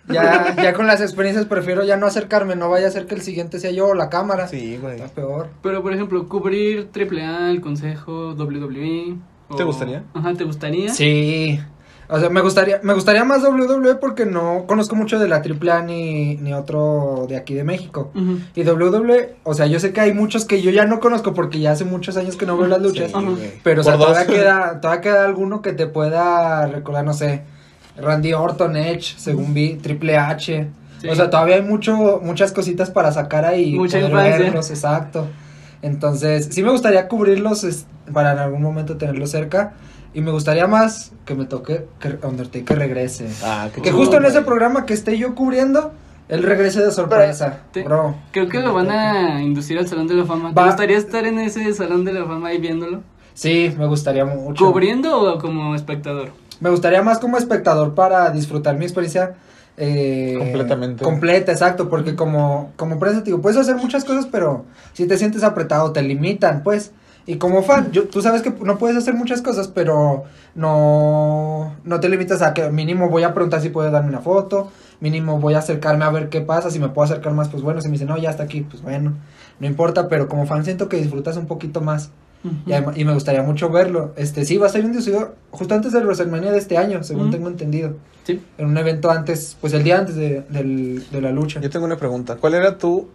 Speaker 3: Ya, ya con las experiencias prefiero ya no acercarme, no vaya a ser que el siguiente sea yo o la cámara.
Speaker 2: Sí, güey.
Speaker 3: Está peor.
Speaker 1: Pero por ejemplo, cubrir AAA, el consejo, WWE. o-
Speaker 2: ¿Te gustaría?
Speaker 1: Ajá, ¿te gustaría?
Speaker 3: Sí. O sea, me gustaría, me gustaría más WWE porque no conozco mucho de la AAA ni, ni otro de aquí de México.
Speaker 1: Ujú.
Speaker 3: Y WWE, o sea, yo sé que hay muchos que yo ya no conozco porque ya hace muchos años que no veo las luchas.
Speaker 2: Sí,
Speaker 1: Ajá.
Speaker 2: güey.
Speaker 3: Pero, o
Speaker 2: Por
Speaker 3: sea,
Speaker 2: dos.
Speaker 3: todavía queda, todavía queda alguno que te pueda recordar, no sé, Randy Orton, Edge, según vi, Triple H.
Speaker 1: Sí.
Speaker 3: O sea, todavía hay mucho, muchas cositas para sacar ahí.
Speaker 1: Mucha
Speaker 3: poder
Speaker 1: infancia.
Speaker 3: verlos, exacto. Entonces, sí me gustaría cubrirlos es- para en algún momento tenerlos cerca. Y me gustaría más que me toque que Undertaker regrese.
Speaker 2: Ah, qué
Speaker 3: Que
Speaker 1: Oh,
Speaker 2: chido,
Speaker 3: justo en
Speaker 2: güey.
Speaker 3: ese programa que esté yo cubriendo, él regrese de sorpresa.
Speaker 1: Te-
Speaker 3: Bro.
Speaker 1: Creo que lo van a inducir al Salón de la Fama. ¿Te
Speaker 3: Va.
Speaker 1: gustaría estar en ese Salón de la Fama ahí viéndolo?
Speaker 3: Sí, me gustaría mucho.
Speaker 1: ¿Cubriendo o como espectador?
Speaker 3: Me gustaría más como espectador para disfrutar mi experiencia. eh,
Speaker 2: Completamente.
Speaker 3: Completa, exacto, porque como, como prensa, te digo, puedes hacer muchas cosas, pero si te sientes apretado, te limitan, pues. Y como fan, yo, tú sabes que no puedes hacer muchas cosas, pero no, no te limitas a que mínimo voy a preguntar si puedes darme una foto, mínimo voy a acercarme a ver qué pasa, si me puedo acercar más, pues bueno, si me dicen, no, ya está aquí, pues bueno, no importa, pero como fan siento que disfrutas un poquito más. Y, adem- y me gustaría mucho verlo. Este sí, va a ser inducido justo antes del WrestleMania de este año, según
Speaker 1: Ujú.
Speaker 3: tengo entendido.
Speaker 1: Sí.
Speaker 3: En un evento antes, pues el día antes de, del- de la lucha.
Speaker 2: Yo tengo una pregunta. ¿Cuál era tu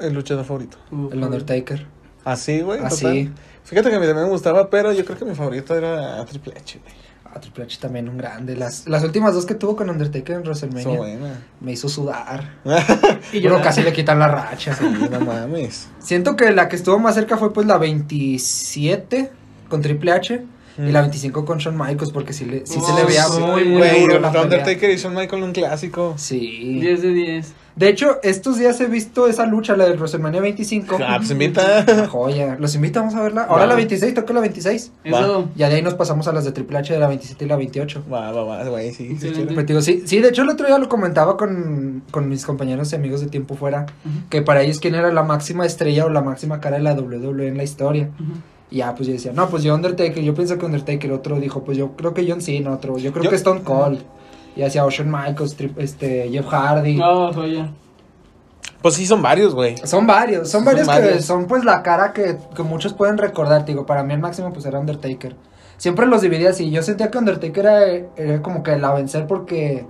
Speaker 2: eh, luchador favorito?
Speaker 1: Uf,
Speaker 3: El Undertaker. Ah,
Speaker 2: Así, güey.
Speaker 3: Así.
Speaker 2: total. Fíjate que a mí también me gustaba, pero yo creo que mi favorito era Triple H, güey.
Speaker 3: Ah, Triple H también un grande. Las, las últimas dos que tuvo con Undertaker en WrestleMania
Speaker 2: Eso buena.
Speaker 3: me hizo sudar.
Speaker 1: Y
Speaker 3: Pero
Speaker 1: llorar.
Speaker 3: casi le quitan la racha.
Speaker 2: No mames.
Speaker 3: Siento que la que estuvo más cerca fue pues la 27 con Triple H y la 25 con Shawn Michaels porque sí, le, Mm. sí se le
Speaker 1: Oh,
Speaker 3: veía
Speaker 1: sí,
Speaker 3: muy, muy
Speaker 2: Güey,
Speaker 3: duro
Speaker 2: el
Speaker 3: la pelea.
Speaker 2: Undertaker y Shawn Michael un clásico.
Speaker 3: Sí.
Speaker 1: 10 de 10.
Speaker 3: De hecho, estos días he visto esa lucha, la del WrestleMania 25.
Speaker 2: Ah, pues invita.
Speaker 3: Una joya. Los invitamos a verla. Ahora
Speaker 2: Va.
Speaker 3: la 26, toca la 26.
Speaker 1: Eso.
Speaker 3: Ya de ahí nos pasamos a las de Triple H de la 27 y la 28.
Speaker 2: Va, va, va, güey, sí. sí,
Speaker 1: Excelente.
Speaker 2: quiero.
Speaker 3: Pero te digo, sí, sí, de hecho el otro día lo comentaba con, con mis compañeros y amigos de tiempo fuera,
Speaker 1: Ujú.
Speaker 3: que para ellos quién era la máxima estrella o la máxima cara de la WWE en la historia.
Speaker 1: Ujú.
Speaker 3: Y ya, pues yo decía, no, pues yo Undertaker, yo pienso que Undertaker, otro dijo, pues yo creo que John Cena, otro, yo creo
Speaker 2: Yo-
Speaker 3: que Stone Cold. Y hacía Ocean Michaels, Tri- este, Jeff Hardy.
Speaker 2: Ah,
Speaker 1: No, Ah, joya.
Speaker 2: Pues sí, son varios, güey.
Speaker 3: Son varios, son
Speaker 2: Son
Speaker 3: varios que
Speaker 2: varios.
Speaker 3: son pues la cara que, que muchos pueden recordar, te digo, para mí el máximo pues era Undertaker. Siempre los dividía así, yo sentía que Undertaker era, era como que la vencer porque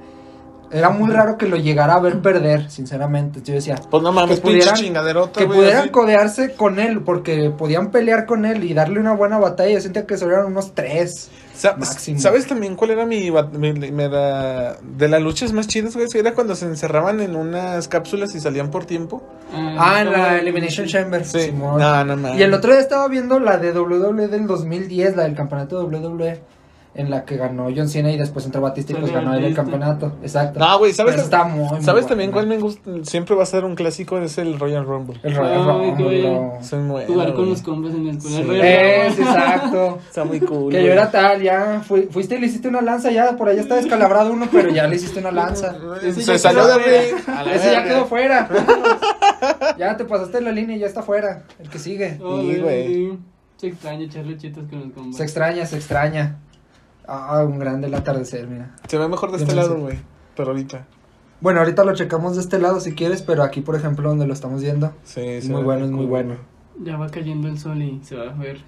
Speaker 3: era muy raro que lo llegara a ver perder, sinceramente. Yo decía,
Speaker 2: Pues no mames,
Speaker 3: Que pudieran-
Speaker 2: pinche chingaderota,
Speaker 3: que
Speaker 2: güey,
Speaker 3: pudieran
Speaker 2: así.
Speaker 3: codearse con él porque podían pelear con él y darle una buena batalla, yo sentía que eso eran unos tres.
Speaker 2: Sa-
Speaker 3: máximo.
Speaker 2: ¿Sabes también cuál era mi, bat- mi- mi- la- de las luchas más chidas, güey? Era cuando se encerraban en unas cápsulas y salían por tiempo.
Speaker 3: Ah, en la Elimination Chamber. Simón.
Speaker 2: No, no mames.
Speaker 3: Y el otro día estaba viendo la de WWE del 2010, la del campeonato de WWE, en la que ganó John Cena y después entró Batista y pues
Speaker 1: Salió
Speaker 3: ganó él el
Speaker 1: Batista.
Speaker 3: campeonato. Exacto.
Speaker 2: No, güey, ¿sabes?
Speaker 3: Pero está muy, ¿eh? muy
Speaker 2: ¿Sabes también cuál
Speaker 3: buena.
Speaker 2: me gusta? Siempre va a ser un clásico, es el Royal Rumble.
Speaker 3: El Royal
Speaker 1: Ay,
Speaker 3: Rumble.
Speaker 1: güey.
Speaker 2: Soy muy bueno,
Speaker 1: Jugar con
Speaker 2: güey.
Speaker 1: los combos en el escuela.
Speaker 2: Sí.
Speaker 3: Es, exacto.
Speaker 2: Está muy cool.
Speaker 3: Que
Speaker 2: güey.
Speaker 3: yo era tal, ya fui- fuiste y le hiciste una lanza, ya por allá está descalabrado uno, pero ya le hiciste una lanza.
Speaker 1: Ese
Speaker 2: Se
Speaker 1: ya
Speaker 2: salió
Speaker 1: quedó
Speaker 2: de mí.
Speaker 1: fuera.
Speaker 3: Ese ya
Speaker 2: verga.
Speaker 3: quedó fuera. Ya te pasaste la línea y ya está fuera. El que sigue.
Speaker 2: Sí, güey.
Speaker 1: Se extraña echar luchitas con los combos.
Speaker 3: Se extraña, se extraña. Ah, un grande el atardecer, mira.
Speaker 2: Se ve mejor de este lado, güey. Pero ahorita.
Speaker 3: Bueno, ahorita lo checamos de este lado si quieres, pero aquí, por ejemplo, donde lo estamos viendo,
Speaker 2: Sí,
Speaker 3: es
Speaker 2: se
Speaker 3: muy
Speaker 2: ve
Speaker 3: bueno, es
Speaker 2: cool.
Speaker 3: muy bueno.
Speaker 1: Ya va cayendo el sol y se va a ver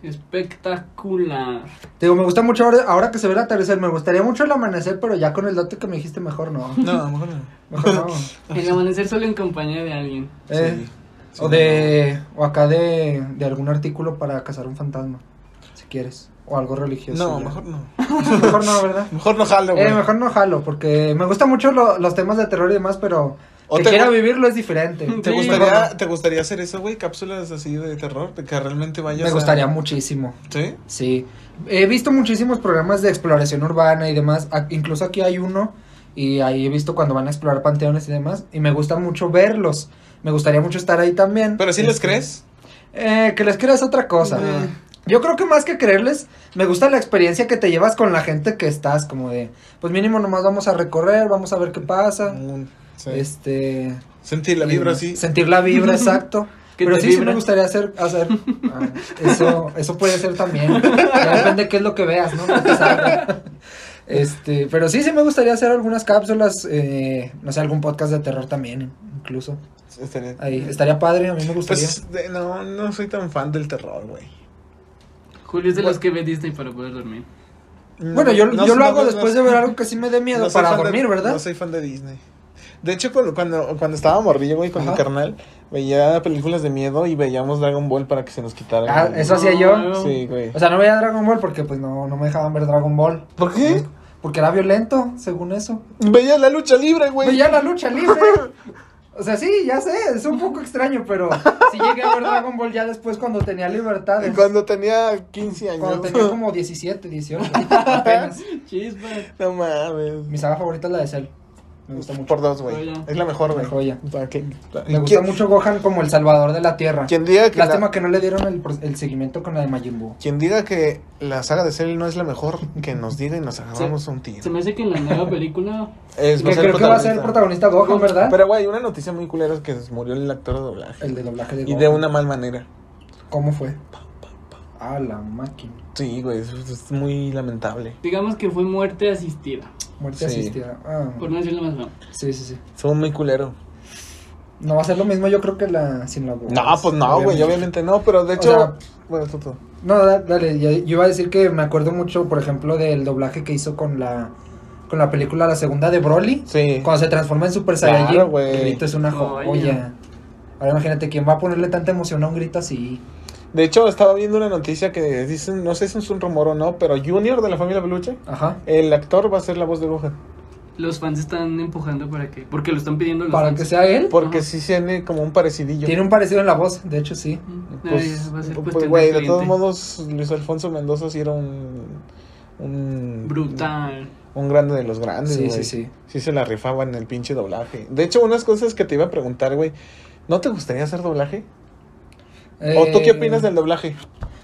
Speaker 1: espectacular.
Speaker 3: Te digo, me gusta mucho ahora, ahora que se ve el atardecer, me gustaría mucho el amanecer, pero ya con el dato que me dijiste, mejor no.
Speaker 2: No, a lo mejor no.
Speaker 3: Mejor no.
Speaker 1: El amanecer solo en compañía de alguien.
Speaker 3: Eh,
Speaker 2: Sí. Sí,
Speaker 3: o de, o acá de, de algún artículo para cazar un fantasma, si quieres, o algo
Speaker 2: No,
Speaker 3: religioso. ya.
Speaker 2: mejor no.
Speaker 3: Mejor no, ¿verdad?
Speaker 2: Mejor no jalo, güey.
Speaker 3: Eh, mejor no jalo, porque me gustan mucho lo- los temas de terror y demás, pero
Speaker 2: O
Speaker 3: que
Speaker 2: te-
Speaker 3: quiera vivirlo es diferente.
Speaker 2: ¿Te,
Speaker 1: Sí,
Speaker 2: gustaría,
Speaker 3: mejor
Speaker 2: ¿Te gustaría hacer eso, güey? Cápsulas así de terror, de que realmente vayas
Speaker 3: Me
Speaker 2: a-
Speaker 3: gustaría muchísimo.
Speaker 2: ¿Sí?
Speaker 3: Sí, he visto muchísimos programas de exploración urbana y demás, a- incluso aquí hay uno y ahí he visto cuando van a explorar panteones y demás y me gusta mucho verlos, me gustaría mucho estar ahí también.
Speaker 2: ¿Pero sí les
Speaker 3: Este,
Speaker 2: crees?
Speaker 3: Eh, que les creas otra cosa.
Speaker 1: Eh.
Speaker 3: Yo creo que más que creerles, me gusta la experiencia que te llevas con la gente que estás, como de, pues mínimo nomás vamos a recorrer, vamos a ver qué pasa,
Speaker 2: Mm, sí.
Speaker 3: este...
Speaker 2: Sentir la
Speaker 3: y
Speaker 2: vibra
Speaker 3: demás.
Speaker 2: así.
Speaker 3: Sentir la vibra, exacto.
Speaker 1: Que
Speaker 3: Pero
Speaker 1: te
Speaker 3: sí, sí
Speaker 1: vibra.
Speaker 3: me gustaría hacer, hacer ah, eso, eso puede ser también. Ya depende qué es lo que veas, ¿no? Lo que salga. Este, pero sí, sí me gustaría hacer algunas cápsulas, eh, no sé, algún podcast de terror también, incluso.
Speaker 2: Estaría-
Speaker 3: Ahí, estaría padre, a mí me gustaría.
Speaker 2: Pues, de- no, no soy tan fan del terror, güey.
Speaker 1: Julio es de los que ve Disney para poder dormir.
Speaker 3: bueno, yo,
Speaker 2: No-
Speaker 3: yo
Speaker 2: no-
Speaker 3: lo hago
Speaker 2: no-
Speaker 3: después de ver algo que sí me dé miedo
Speaker 2: no soy
Speaker 3: para
Speaker 2: fan de-
Speaker 3: dormir, ¿verdad?
Speaker 2: No soy fan de Disney. De hecho, cuando, cuando, cuando estaba morrillo, güey, con mi
Speaker 3: Ajá.
Speaker 2: carnal, veía películas de miedo y veíamos Dragon Ball para que se nos quitara.
Speaker 3: Ah,
Speaker 2: el-
Speaker 3: eso
Speaker 1: No,
Speaker 3: hacía yo.
Speaker 1: no.
Speaker 2: Sí, güey.
Speaker 3: O sea, no veía Dragon Ball porque pues no, no me dejaban ver Dragon Ball.
Speaker 2: ¿Por qué?
Speaker 3: Porque era violento, según eso.
Speaker 2: Veía la lucha libre, güey.
Speaker 3: Veía Pues la lucha libre. O sea, sí, ya sé, es un poco extraño, pero sí llegué a ver Dragon Ball ya después cuando tenía libertades.
Speaker 2: Cuando tenía 15 años.
Speaker 3: Cuando tenía como 17, 18. apenas.
Speaker 1: Chispas.
Speaker 2: No mames.
Speaker 3: Mi saga favorita es la de Cell. Me gusta mucho.
Speaker 2: Por dos, güey.
Speaker 1: Joya.
Speaker 2: Es la mejor, güey.
Speaker 3: La joya.
Speaker 2: Pa' que-
Speaker 3: Me gusta
Speaker 2: ¿Quién-
Speaker 3: mucho Gohan como el salvador de la tierra.
Speaker 2: Quien diga que
Speaker 3: Lástima
Speaker 2: la,
Speaker 3: que no le dieron el, pro- el seguimiento con la de Majin Buu.
Speaker 2: quien diga que la saga de Cell no es la mejor, que nos diga y nos agarramos un tiro.
Speaker 1: Se me hace que en la nueva película.
Speaker 2: Es,
Speaker 3: Que creo que va a ser el protagonista Gohan, ¿verdad?
Speaker 2: Pero güey, una noticia muy culera es que murió el actor de doblaje.
Speaker 3: el de doblaje de
Speaker 2: Y
Speaker 3: Gohan.
Speaker 2: de una mal manera.
Speaker 3: ¿Cómo fue? Ah, la máquina.
Speaker 2: Sí, güey, es, es muy lamentable.
Speaker 1: Digamos que fue muerte asistida.
Speaker 3: Muerte
Speaker 2: Sí.
Speaker 3: asistida. Ah,
Speaker 1: Por no decirlo más, no.
Speaker 3: sí, sí, sí.
Speaker 2: Fue muy culero.
Speaker 3: No va a ser lo mismo, yo creo que la sin la voz.
Speaker 2: No, pues no, güey, obviamente no, pero de
Speaker 3: O
Speaker 2: hecho...
Speaker 3: sea-
Speaker 2: bueno, tú, tú.
Speaker 3: No, da- dale, ya- yo iba a decir que me acuerdo mucho, por ejemplo, del doblaje que hizo con la con la película la segunda de Broly,
Speaker 2: Sí.
Speaker 3: cuando se transforma en Super
Speaker 2: Claro,
Speaker 3: Saiyajin.
Speaker 2: güey.
Speaker 3: el grito es una
Speaker 1: Joya.
Speaker 3: joya. Ahora imagínate quién va a ponerle tanta emoción a un grito así.
Speaker 2: De hecho, estaba viendo una noticia que dicen, no sé si es un rumor o no, pero Junior de la familia Peluche,
Speaker 3: Ajá.
Speaker 2: el actor va a ser la voz de Gohan.
Speaker 1: Los fans están empujando para que. Porque lo están pidiendo los
Speaker 3: Para
Speaker 1: fans.
Speaker 3: que sea él.
Speaker 2: Porque
Speaker 1: Ajá.
Speaker 2: sí tiene como un parecidillo.
Speaker 3: Tiene un parecido en la voz, de hecho sí.
Speaker 1: Mm,
Speaker 2: Pues,
Speaker 1: ay, va a ser
Speaker 2: pues,
Speaker 1: cuestión
Speaker 2: güey, de
Speaker 1: cliente.
Speaker 2: todos modos, Luis Alfonso Mendoza sí era un... un
Speaker 1: Brutal.
Speaker 2: Un grande de los grandes,
Speaker 3: Sí,
Speaker 2: güey.
Speaker 3: sí, sí.
Speaker 2: Sí se la rifaban en el pinche doblaje. De hecho, unas cosas que te iba a preguntar, güey. ¿No te gustaría hacer doblaje? ¿O tú qué
Speaker 3: Eh,
Speaker 2: opinas del doblaje?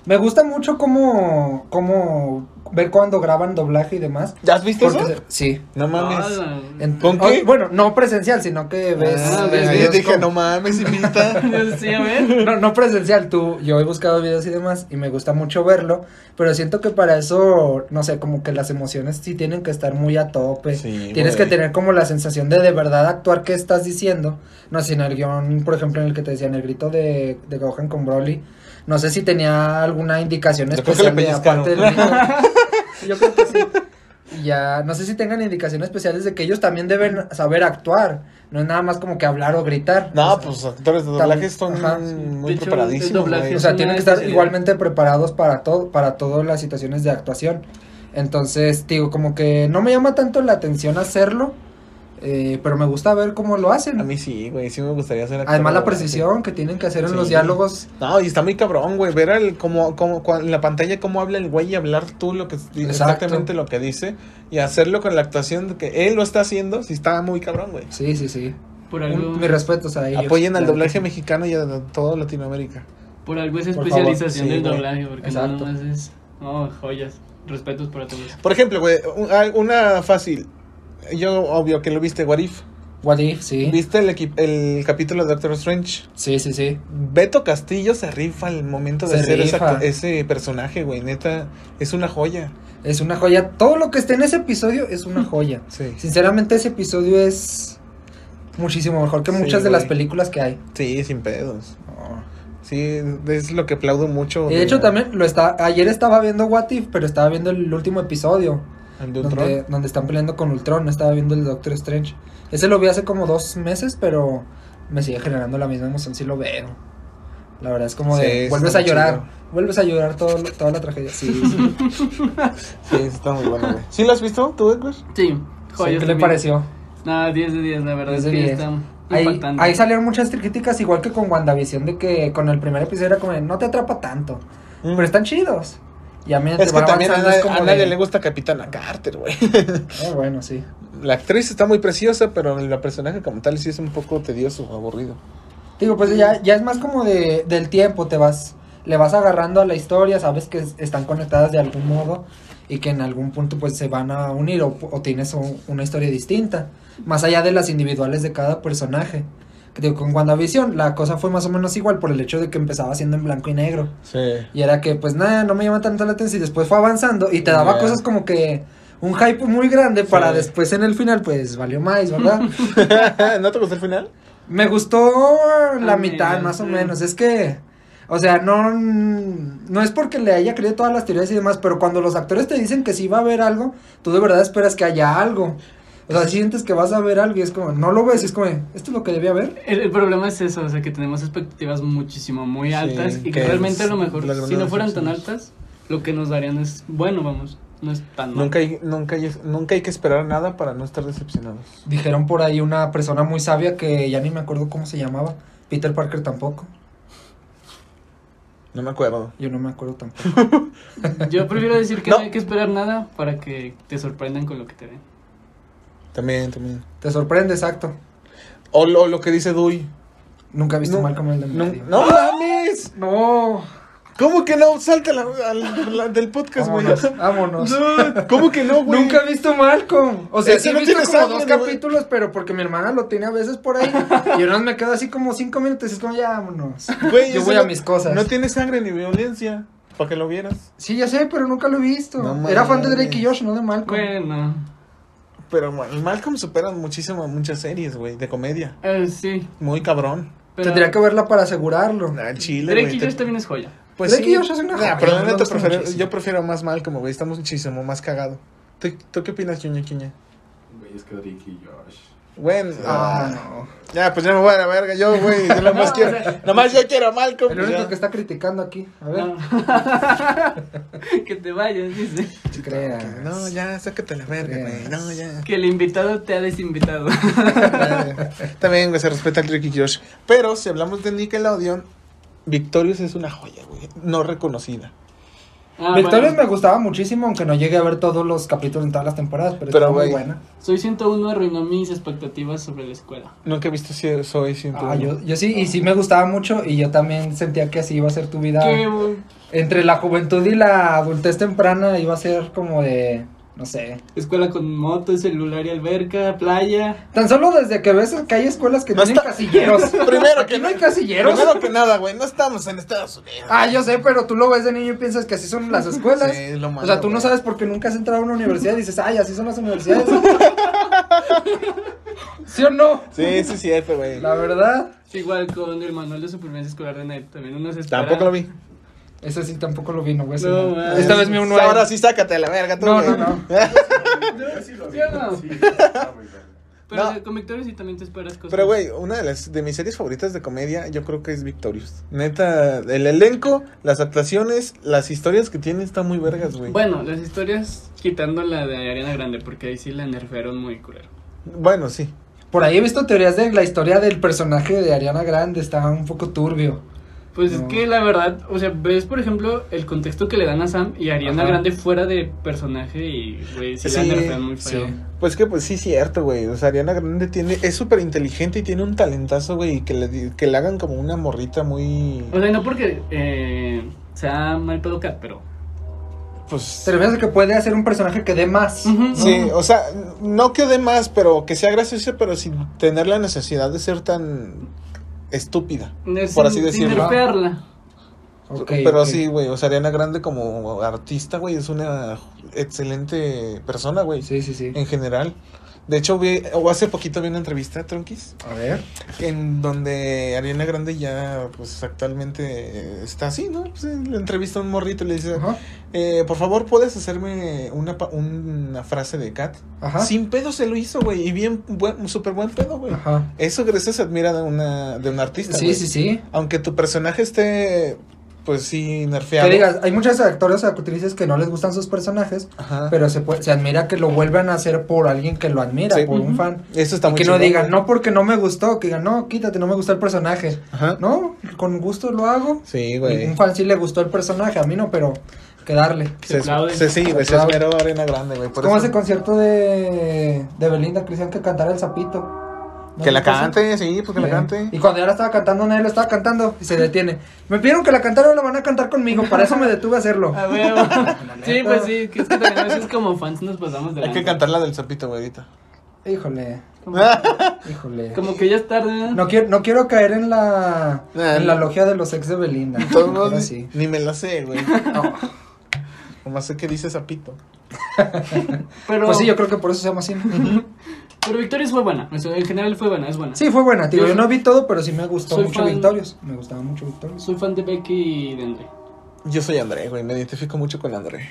Speaker 3: Me gusta mucho cómo, cómo ver cuando graban doblaje y demás.
Speaker 2: ¿Ya has visto eso?
Speaker 3: Porque se- Ah, sí.
Speaker 2: No mames.
Speaker 1: Ala.
Speaker 3: En-
Speaker 2: ¿Con qué?
Speaker 3: o- bueno, no presencial, sino que ves.
Speaker 2: Ah,
Speaker 1: ves, videos
Speaker 2: yo
Speaker 3: videos
Speaker 2: dije,
Speaker 3: como-
Speaker 2: no mames, invita.
Speaker 1: Sí, a ver.
Speaker 3: No, no presencial, tú, yo he buscado videos y demás y me gusta mucho verlo, pero siento que para eso, no sé, como que las emociones sí tienen que estar muy a tope.
Speaker 2: Sí,
Speaker 3: Tienes
Speaker 2: güey.
Speaker 3: que tener como la sensación de de verdad actuar que estás diciendo. No sé, en el guión, por ejemplo, en el que te decían el grito de, de Gohan con Broly, no sé si tenía alguna indicación
Speaker 2: Yo creo que
Speaker 3: especial
Speaker 2: le
Speaker 3: de aparte del
Speaker 2: pellizcaron.
Speaker 3: grito. Yo creo que sí. Y Ya, no sé si tengan indicaciones especiales de que ellos también deben saber actuar. No es nada más como que hablar o gritar.
Speaker 2: No,
Speaker 3: O sea,
Speaker 2: pues actores de
Speaker 3: también-
Speaker 2: doblaje están
Speaker 3: ajá,
Speaker 2: muy
Speaker 3: sí.
Speaker 1: De hecho, el
Speaker 2: preparadísimos.
Speaker 1: doblaje
Speaker 2: güey.
Speaker 3: o
Speaker 1: es
Speaker 3: sea,
Speaker 1: una
Speaker 3: tienen que estar
Speaker 1: necesidad.
Speaker 3: igualmente preparados para todo, para todas las situaciones de actuación. Entonces, digo, como que no me llama tanto la atención hacerlo, eh, pero me gusta ver cómo lo
Speaker 2: A
Speaker 3: hacen.
Speaker 2: mí sí, güey, sí me gustaría hacer actor
Speaker 3: Además,
Speaker 2: de
Speaker 3: la
Speaker 2: doblaje.
Speaker 3: precisión que tienen que hacer en
Speaker 2: Sí.
Speaker 3: los diálogos.
Speaker 2: No, y está muy cabrón, güey, ver el, como, como, cua- en la pantalla cómo habla el güey y hablar tú lo que, exactamente lo que dice y hacerlo con la actuación de que él lo está haciendo, sí está muy cabrón, güey.
Speaker 3: Sí, sí, sí.
Speaker 1: Por
Speaker 3: Un-
Speaker 1: algo,
Speaker 3: mis respetos a ellos.
Speaker 2: Apoyen al
Speaker 3: claro
Speaker 2: doblaje
Speaker 3: que sí.
Speaker 2: mexicano y a todo Latinoamérica.
Speaker 1: por algo es
Speaker 3: favor,
Speaker 1: especialización
Speaker 2: sí,
Speaker 1: del
Speaker 2: güey.
Speaker 1: doblaje. Porque
Speaker 3: Exacto.
Speaker 1: nada más es. No, joyas. Respetos para todos.
Speaker 2: Por ejemplo, güey, un- hay una fácil. Yo, obvio que lo viste, Warif.
Speaker 3: What if, sí.
Speaker 2: ¿Viste el, equi- el capítulo de Doctor Strange?
Speaker 3: Sí, sí, sí.
Speaker 2: Beto Castillo se rifa al momento de
Speaker 3: Se
Speaker 2: hacer esa
Speaker 3: rifa.
Speaker 2: actu- ese personaje, güey. Neta, es una joya.
Speaker 3: Es una joya. Todo lo que está en ese episodio es una joya.
Speaker 2: Sí.
Speaker 3: Sinceramente, ese episodio es muchísimo mejor que
Speaker 2: Sí,
Speaker 3: muchas de las
Speaker 2: güey.
Speaker 3: películas que hay.
Speaker 2: Sí, sin pedos.
Speaker 3: No.
Speaker 2: Sí, es lo que aplaudo mucho.
Speaker 3: Y de hecho también lo está ayer estaba viendo What If, pero estaba viendo el último episodio
Speaker 2: El de Ultron.
Speaker 3: donde, donde están peleando con Ultron, no estaba viendo el Doctor Strange. Ese lo vi hace como dos meses, pero me sigue generando la misma emoción si lo veo. La verdad es como
Speaker 2: Sí,
Speaker 3: de
Speaker 2: está
Speaker 3: vuelves a
Speaker 2: muy
Speaker 3: llorar, vuelves a llorar todo, lo- toda la tragedia. Sí, sí.
Speaker 2: Sí, está muy bueno, güey. ¿Sí lo has visto tú, Edgar?
Speaker 1: Sí,
Speaker 3: Sí,
Speaker 1: joyas.
Speaker 3: ¿Qué le
Speaker 1: también.
Speaker 3: pareció?
Speaker 1: Nada, 10 de 10, la verdad. Es
Speaker 3: 10 de
Speaker 1: que
Speaker 3: 10.
Speaker 1: está
Speaker 3: Ahí,
Speaker 1: impactante.
Speaker 3: ahí salieron muchas críticas igual que con WandaVision de que con el primer episodio era como de, no te atrapa tanto, pero están chidos. Y a mí
Speaker 2: Mm. Es que también a, nadie- a nadie le
Speaker 3: gusta.
Speaker 2: gusta Capitana Carter, güey.
Speaker 3: "Eh, bueno, sí.
Speaker 2: La actriz está muy preciosa, pero el personaje como tal sí es un poco tedioso, aburrido.
Speaker 3: Digo, pues ya, ya es más como de, del tiempo, te vas, le vas agarrando a la historia, sabes que es- están conectadas de algún modo y que en algún punto pues se van a unir o, o tienes un- una historia distinta, más allá de las individuales de cada personaje. Que digo, con WandaVision la cosa fue más o menos igual por el hecho de que empezaba siendo en blanco y negro.
Speaker 2: Sí.
Speaker 3: Y era que pues nada, no me llama tanto la atención y después fue avanzando y te daba
Speaker 2: Ya.
Speaker 3: cosas como que un hype muy grande para
Speaker 2: Sí.
Speaker 3: después en el final pues valió más, ¿verdad?
Speaker 2: ¿No te gustó el final?
Speaker 3: Me gustó la
Speaker 1: Ah,
Speaker 3: mitad,
Speaker 1: mira,
Speaker 3: más o
Speaker 1: sí.
Speaker 3: menos. Es que, o sea, no, no es porque le haya creído todas las teorías y demás, pero cuando los actores te dicen que sí va a haber algo, tú de verdad esperas que haya algo. O sea, sientes que vas a ver algo y es como, no lo ves, y es como, esto es lo que debía haber.
Speaker 1: El, el problema es eso, o sea, que tenemos expectativas muchísimo muy
Speaker 2: Sí,
Speaker 1: altas y
Speaker 2: que
Speaker 1: que realmente a
Speaker 2: es
Speaker 1: lo mejor,
Speaker 2: la gran
Speaker 1: si no fueran tan
Speaker 2: decepción.
Speaker 1: altas, lo que nos darían es bueno, vamos. No es tan mal.
Speaker 2: Nunca hay, nunca, hay, nunca hay que esperar nada para no estar decepcionados.
Speaker 3: Dijeron por ahí una persona muy sabia que ya ni me acuerdo cómo se llamaba. Peter Parker tampoco.
Speaker 2: No me acuerdo.
Speaker 3: Yo no me acuerdo tampoco.
Speaker 1: Yo prefiero decir que
Speaker 2: No.
Speaker 1: no hay que esperar nada para que te sorprendan con lo que te den.
Speaker 2: También, también.
Speaker 3: Te sorprende, exacto.
Speaker 2: O lo, lo que dice Dui.
Speaker 3: Nunca he visto
Speaker 2: No,
Speaker 3: Malcolm en el
Speaker 2: No,
Speaker 3: medio.
Speaker 2: no mames.
Speaker 3: No.
Speaker 2: ¿Cómo que no? Salta la, al- la- del podcast, güey.
Speaker 3: Vámonos. vámonos.
Speaker 2: No, ¿Cómo que no, güey?
Speaker 3: Nunca he visto Malcolm. O sea,
Speaker 2: Ese
Speaker 3: sí he
Speaker 2: no
Speaker 3: visto
Speaker 2: tiene
Speaker 3: como
Speaker 2: sangre,
Speaker 3: dos
Speaker 2: güey.
Speaker 3: capítulos, pero porque mi hermana lo tiene a veces por ahí. Y yo no me quedo así como cinco minutos. Y es como, ya vámonos.
Speaker 2: Güey,
Speaker 3: Yo
Speaker 2: ese
Speaker 3: voy
Speaker 2: no-
Speaker 3: a mis cosas.
Speaker 2: No tiene sangre ni violencia. Para que lo vieras.
Speaker 3: Sí, ya sé, pero nunca lo he visto.
Speaker 2: No
Speaker 3: Era fan de
Speaker 2: mames.
Speaker 3: Drake y Josh, no de Malcolm.
Speaker 1: Bueno,
Speaker 2: Pero bueno, Malcolm supera muchísimo a muchas series, güey, de comedia.
Speaker 1: eh, sí.
Speaker 2: Muy cabrón.
Speaker 1: Pero
Speaker 3: Tendría que verla para asegurarlo.
Speaker 2: Ah, chile,
Speaker 1: Drake
Speaker 2: güey,
Speaker 1: y
Speaker 2: te-
Speaker 1: Josh también es joya.
Speaker 2: Pues
Speaker 3: Drake
Speaker 2: sí.
Speaker 3: y Josh es una
Speaker 2: Nah,
Speaker 3: joya,
Speaker 2: pero la
Speaker 3: me
Speaker 2: neta
Speaker 3: gusta
Speaker 2: prefiero-
Speaker 3: muchísimo.
Speaker 2: yo prefiero más Malcolm, güey. Está muchísimo más cagado. ¿Tú, tú qué opinas, Ñuña, Ñuña?
Speaker 4: Güey, es que Drake y Josh.
Speaker 2: Bueno,
Speaker 3: Ah,
Speaker 2: ah,
Speaker 3: no.
Speaker 2: ya, pues ya me voy a la verga yo, güey. Yo nomás
Speaker 1: No,
Speaker 2: quiero,
Speaker 1: o sea-
Speaker 2: nomás yo quiero a Malcolm.
Speaker 3: El
Speaker 2: pues
Speaker 3: único
Speaker 2: ya.
Speaker 3: que está criticando aquí. A ver,
Speaker 1: No. que te vayas, dice.
Speaker 3: te creas.
Speaker 2: No, ya, sácate la verga, güey. No, ya.
Speaker 1: Que el invitado te ha desinvitado.
Speaker 2: Eh, También, güey, se respeta el Ricky Josh. Pero si hablamos de Nickelodeon, Victorious es una joya, güey. No reconocida.
Speaker 1: Ah,
Speaker 3: Victorious
Speaker 1: bueno,
Speaker 3: me gustaba muchísimo, aunque no llegué a ver todos los capítulos en todas las temporadas, pero,
Speaker 2: Pero,
Speaker 3: está
Speaker 2: güey,
Speaker 3: muy buena.
Speaker 1: Soy 101 arruinó mis expectativas sobre la escuela.
Speaker 2: Nunca he visto si soy siempre.
Speaker 3: Ah, yo, yo sí, y sí me gustaba mucho, y yo también sentía que así iba a ser tu vida.
Speaker 1: Que, güey,
Speaker 3: Entre la juventud y la adultez temprana iba a ser como de, no sé.
Speaker 1: escuela con moto, celular y alberca, playa.
Speaker 3: Tan solo desde que ves que hay escuelas que
Speaker 2: No
Speaker 3: tienen
Speaker 2: está-
Speaker 3: casilleros.
Speaker 2: Primero
Speaker 3: Aquí
Speaker 2: que
Speaker 3: no hay
Speaker 2: na-
Speaker 3: casilleros.
Speaker 2: Primero que nada, güey, no estamos en Estados Unidos.
Speaker 3: Ah, yo sé, pero tú lo ves de niño y piensas que así son las escuelas.
Speaker 2: Sí, es lo malo,
Speaker 3: o sea, tú no
Speaker 2: güey.
Speaker 3: sabes porque nunca has entrado a una universidad y dices, ay, así son las universidades. ¿Sí o no?
Speaker 2: Sí, sí, cierto, güey.
Speaker 3: La verdad,
Speaker 1: Igual con el manual de supervivencia escolar de Ned. También uno se espera.
Speaker 2: Tampoco lo vi.
Speaker 3: eso sí tampoco lo vino, güey.
Speaker 1: No,
Speaker 3: No,
Speaker 1: man.
Speaker 3: Ah, Esta vez mi uno era-
Speaker 2: Ahora sí, sácate a la verga, tú,
Speaker 3: No,
Speaker 2: güey.
Speaker 3: no, no.
Speaker 4: Yo sí lo vi.
Speaker 1: Yo no.
Speaker 4: Sí, está muy bueno.
Speaker 1: Pero
Speaker 2: No.
Speaker 1: o sea, con Victorious sí también te esperas cosas.
Speaker 2: Pero, güey, una de, las, de mis series favoritas de comedia, yo creo que es Victorious. Neta, el elenco, las actuaciones, las historias que tiene están muy vergas, güey.
Speaker 1: Bueno, las historias quitando la de Ariana Grande, porque ahí sí la nerfearon muy culero.
Speaker 2: Bueno, sí.
Speaker 3: Por ahí he visto teorías de la historia del personaje de Ariana Grande, está un poco turbio.
Speaker 1: Pues es
Speaker 3: No.
Speaker 1: que la verdad, o sea, ves por ejemplo el contexto que le dan a Sam y a Ariana
Speaker 3: Ajá.
Speaker 1: Grande fuera de personaje y, güey, sí,
Speaker 2: Sí,
Speaker 1: la nerfean muy
Speaker 3: Sí.
Speaker 1: feo.
Speaker 2: Pues que, pues sí, cierto, güey. O sea, Ariana Grande tiene, es súper inteligente y tiene un talentazo, güey, y que le, di- que le hagan como una morrita muy.
Speaker 1: O sea, no porque eh, sea mal pedo Cat, pero.
Speaker 2: Pues.
Speaker 3: Se le ve que puede hacer un personaje que dé más.
Speaker 1: Ujú.
Speaker 2: Sí, o sea, no que dé más, pero que sea graciosa, pero sin tener la necesidad de ser tan estúpida.
Speaker 1: es
Speaker 2: Por
Speaker 1: sin-
Speaker 2: así
Speaker 1: Sin
Speaker 2: decirlo.
Speaker 1: nerfearla.
Speaker 3: Ok,
Speaker 2: pero
Speaker 3: ok.
Speaker 2: sí, güey, o sea, Ariana Grande como artista, güey, es una excelente persona, güey,
Speaker 3: Sí, sí, sí.
Speaker 2: en general. De hecho, vi, o hace poquito vi una entrevista, Tronquis,
Speaker 3: A ver.
Speaker 2: en donde Ariana Grande ya, pues, actualmente eh, está así, ¿no? Pues, eh, le entrevista a un morrito y le dice,
Speaker 3: Ajá.
Speaker 2: eh, por favor, ¿puedes hacerme una, pa- una frase de Cat?
Speaker 3: Ajá.
Speaker 2: Sin pedo se lo hizo, güey, y bien, buen, súper buen pedo, güey.
Speaker 3: Ajá.
Speaker 2: Eso, eso se admira de, una, de un artista,
Speaker 3: Sí,
Speaker 2: güey.
Speaker 3: sí, sí.
Speaker 2: Aunque tu personaje esté, pues sí,
Speaker 3: Que
Speaker 2: nerfeado.
Speaker 3: digas, hay muchos actores o actrices que no les gustan sus personajes,
Speaker 2: Ajá.
Speaker 3: pero se, puede- se admira que lo vuelvan a hacer por alguien que lo admira,
Speaker 2: Sí.
Speaker 3: por un
Speaker 1: Ujú.
Speaker 3: fan.
Speaker 2: Eso está
Speaker 3: Y
Speaker 2: muy
Speaker 3: que no
Speaker 2: chingón,
Speaker 3: digan,
Speaker 2: güey.
Speaker 3: no porque no me gustó, que digan, no, quítate, no me gustó el personaje.
Speaker 2: Ajá.
Speaker 3: No, con gusto lo hago.
Speaker 2: Sí,
Speaker 3: Un
Speaker 2: güey.
Speaker 3: fan sí le gustó el personaje, a mí no, pero quedarle.
Speaker 1: Se
Speaker 2: Se,
Speaker 1: aplaude.
Speaker 2: se- sí, güey,
Speaker 3: Se
Speaker 2: se
Speaker 3: aplaude.
Speaker 2: esmeró Arena Grande, güey. por
Speaker 3: Como
Speaker 2: eso.
Speaker 3: ese concierto de, de Belinda que le decían que cantara el sapito. ¿No
Speaker 2: Que la
Speaker 3: les pasa?
Speaker 2: cante, sí, pues que la
Speaker 3: Eh,
Speaker 2: cante.
Speaker 3: Y cuando ya la estaba cantando, nadie la estaba cantando y se detiene. Me pidieron que la cantara, la van a cantar conmigo, para eso me detuve a hacerlo.
Speaker 1: A ver, sí, pues sí, que es que también a veces como fans nos pasamos de
Speaker 2: Hay que
Speaker 1: lanza.
Speaker 2: cantar la del sapito, güey, ahorita.
Speaker 3: Híjole,
Speaker 1: Como,
Speaker 3: híjole.
Speaker 1: como que ya es tarde. ¿eh?
Speaker 3: No quiero, no quiero caer en la,
Speaker 2: Nah,
Speaker 1: Ah.
Speaker 3: en la
Speaker 2: no.
Speaker 3: logia de los ex de Belinda.
Speaker 2: De todos modos,
Speaker 3: Pero
Speaker 2: ni-
Speaker 3: sí.
Speaker 2: ni me la sé, güey. Nomás sé que dice sapito.
Speaker 1: pero,
Speaker 3: Pues sí, yo creo que por eso se llama así. ¿no?
Speaker 1: pero Victorious fue buena. O sea, en general fue buena, es buena.
Speaker 3: Sí, fue buena, tío.
Speaker 1: Yo-
Speaker 3: Yo no vi todo, pero sí me gustó
Speaker 1: Soy
Speaker 3: mucho
Speaker 1: fan-
Speaker 3: Victorious. Me gustaba mucho Victorious.
Speaker 1: Soy fan de Becky y de Andre.
Speaker 2: Yo soy André, güey, me identifico mucho con André.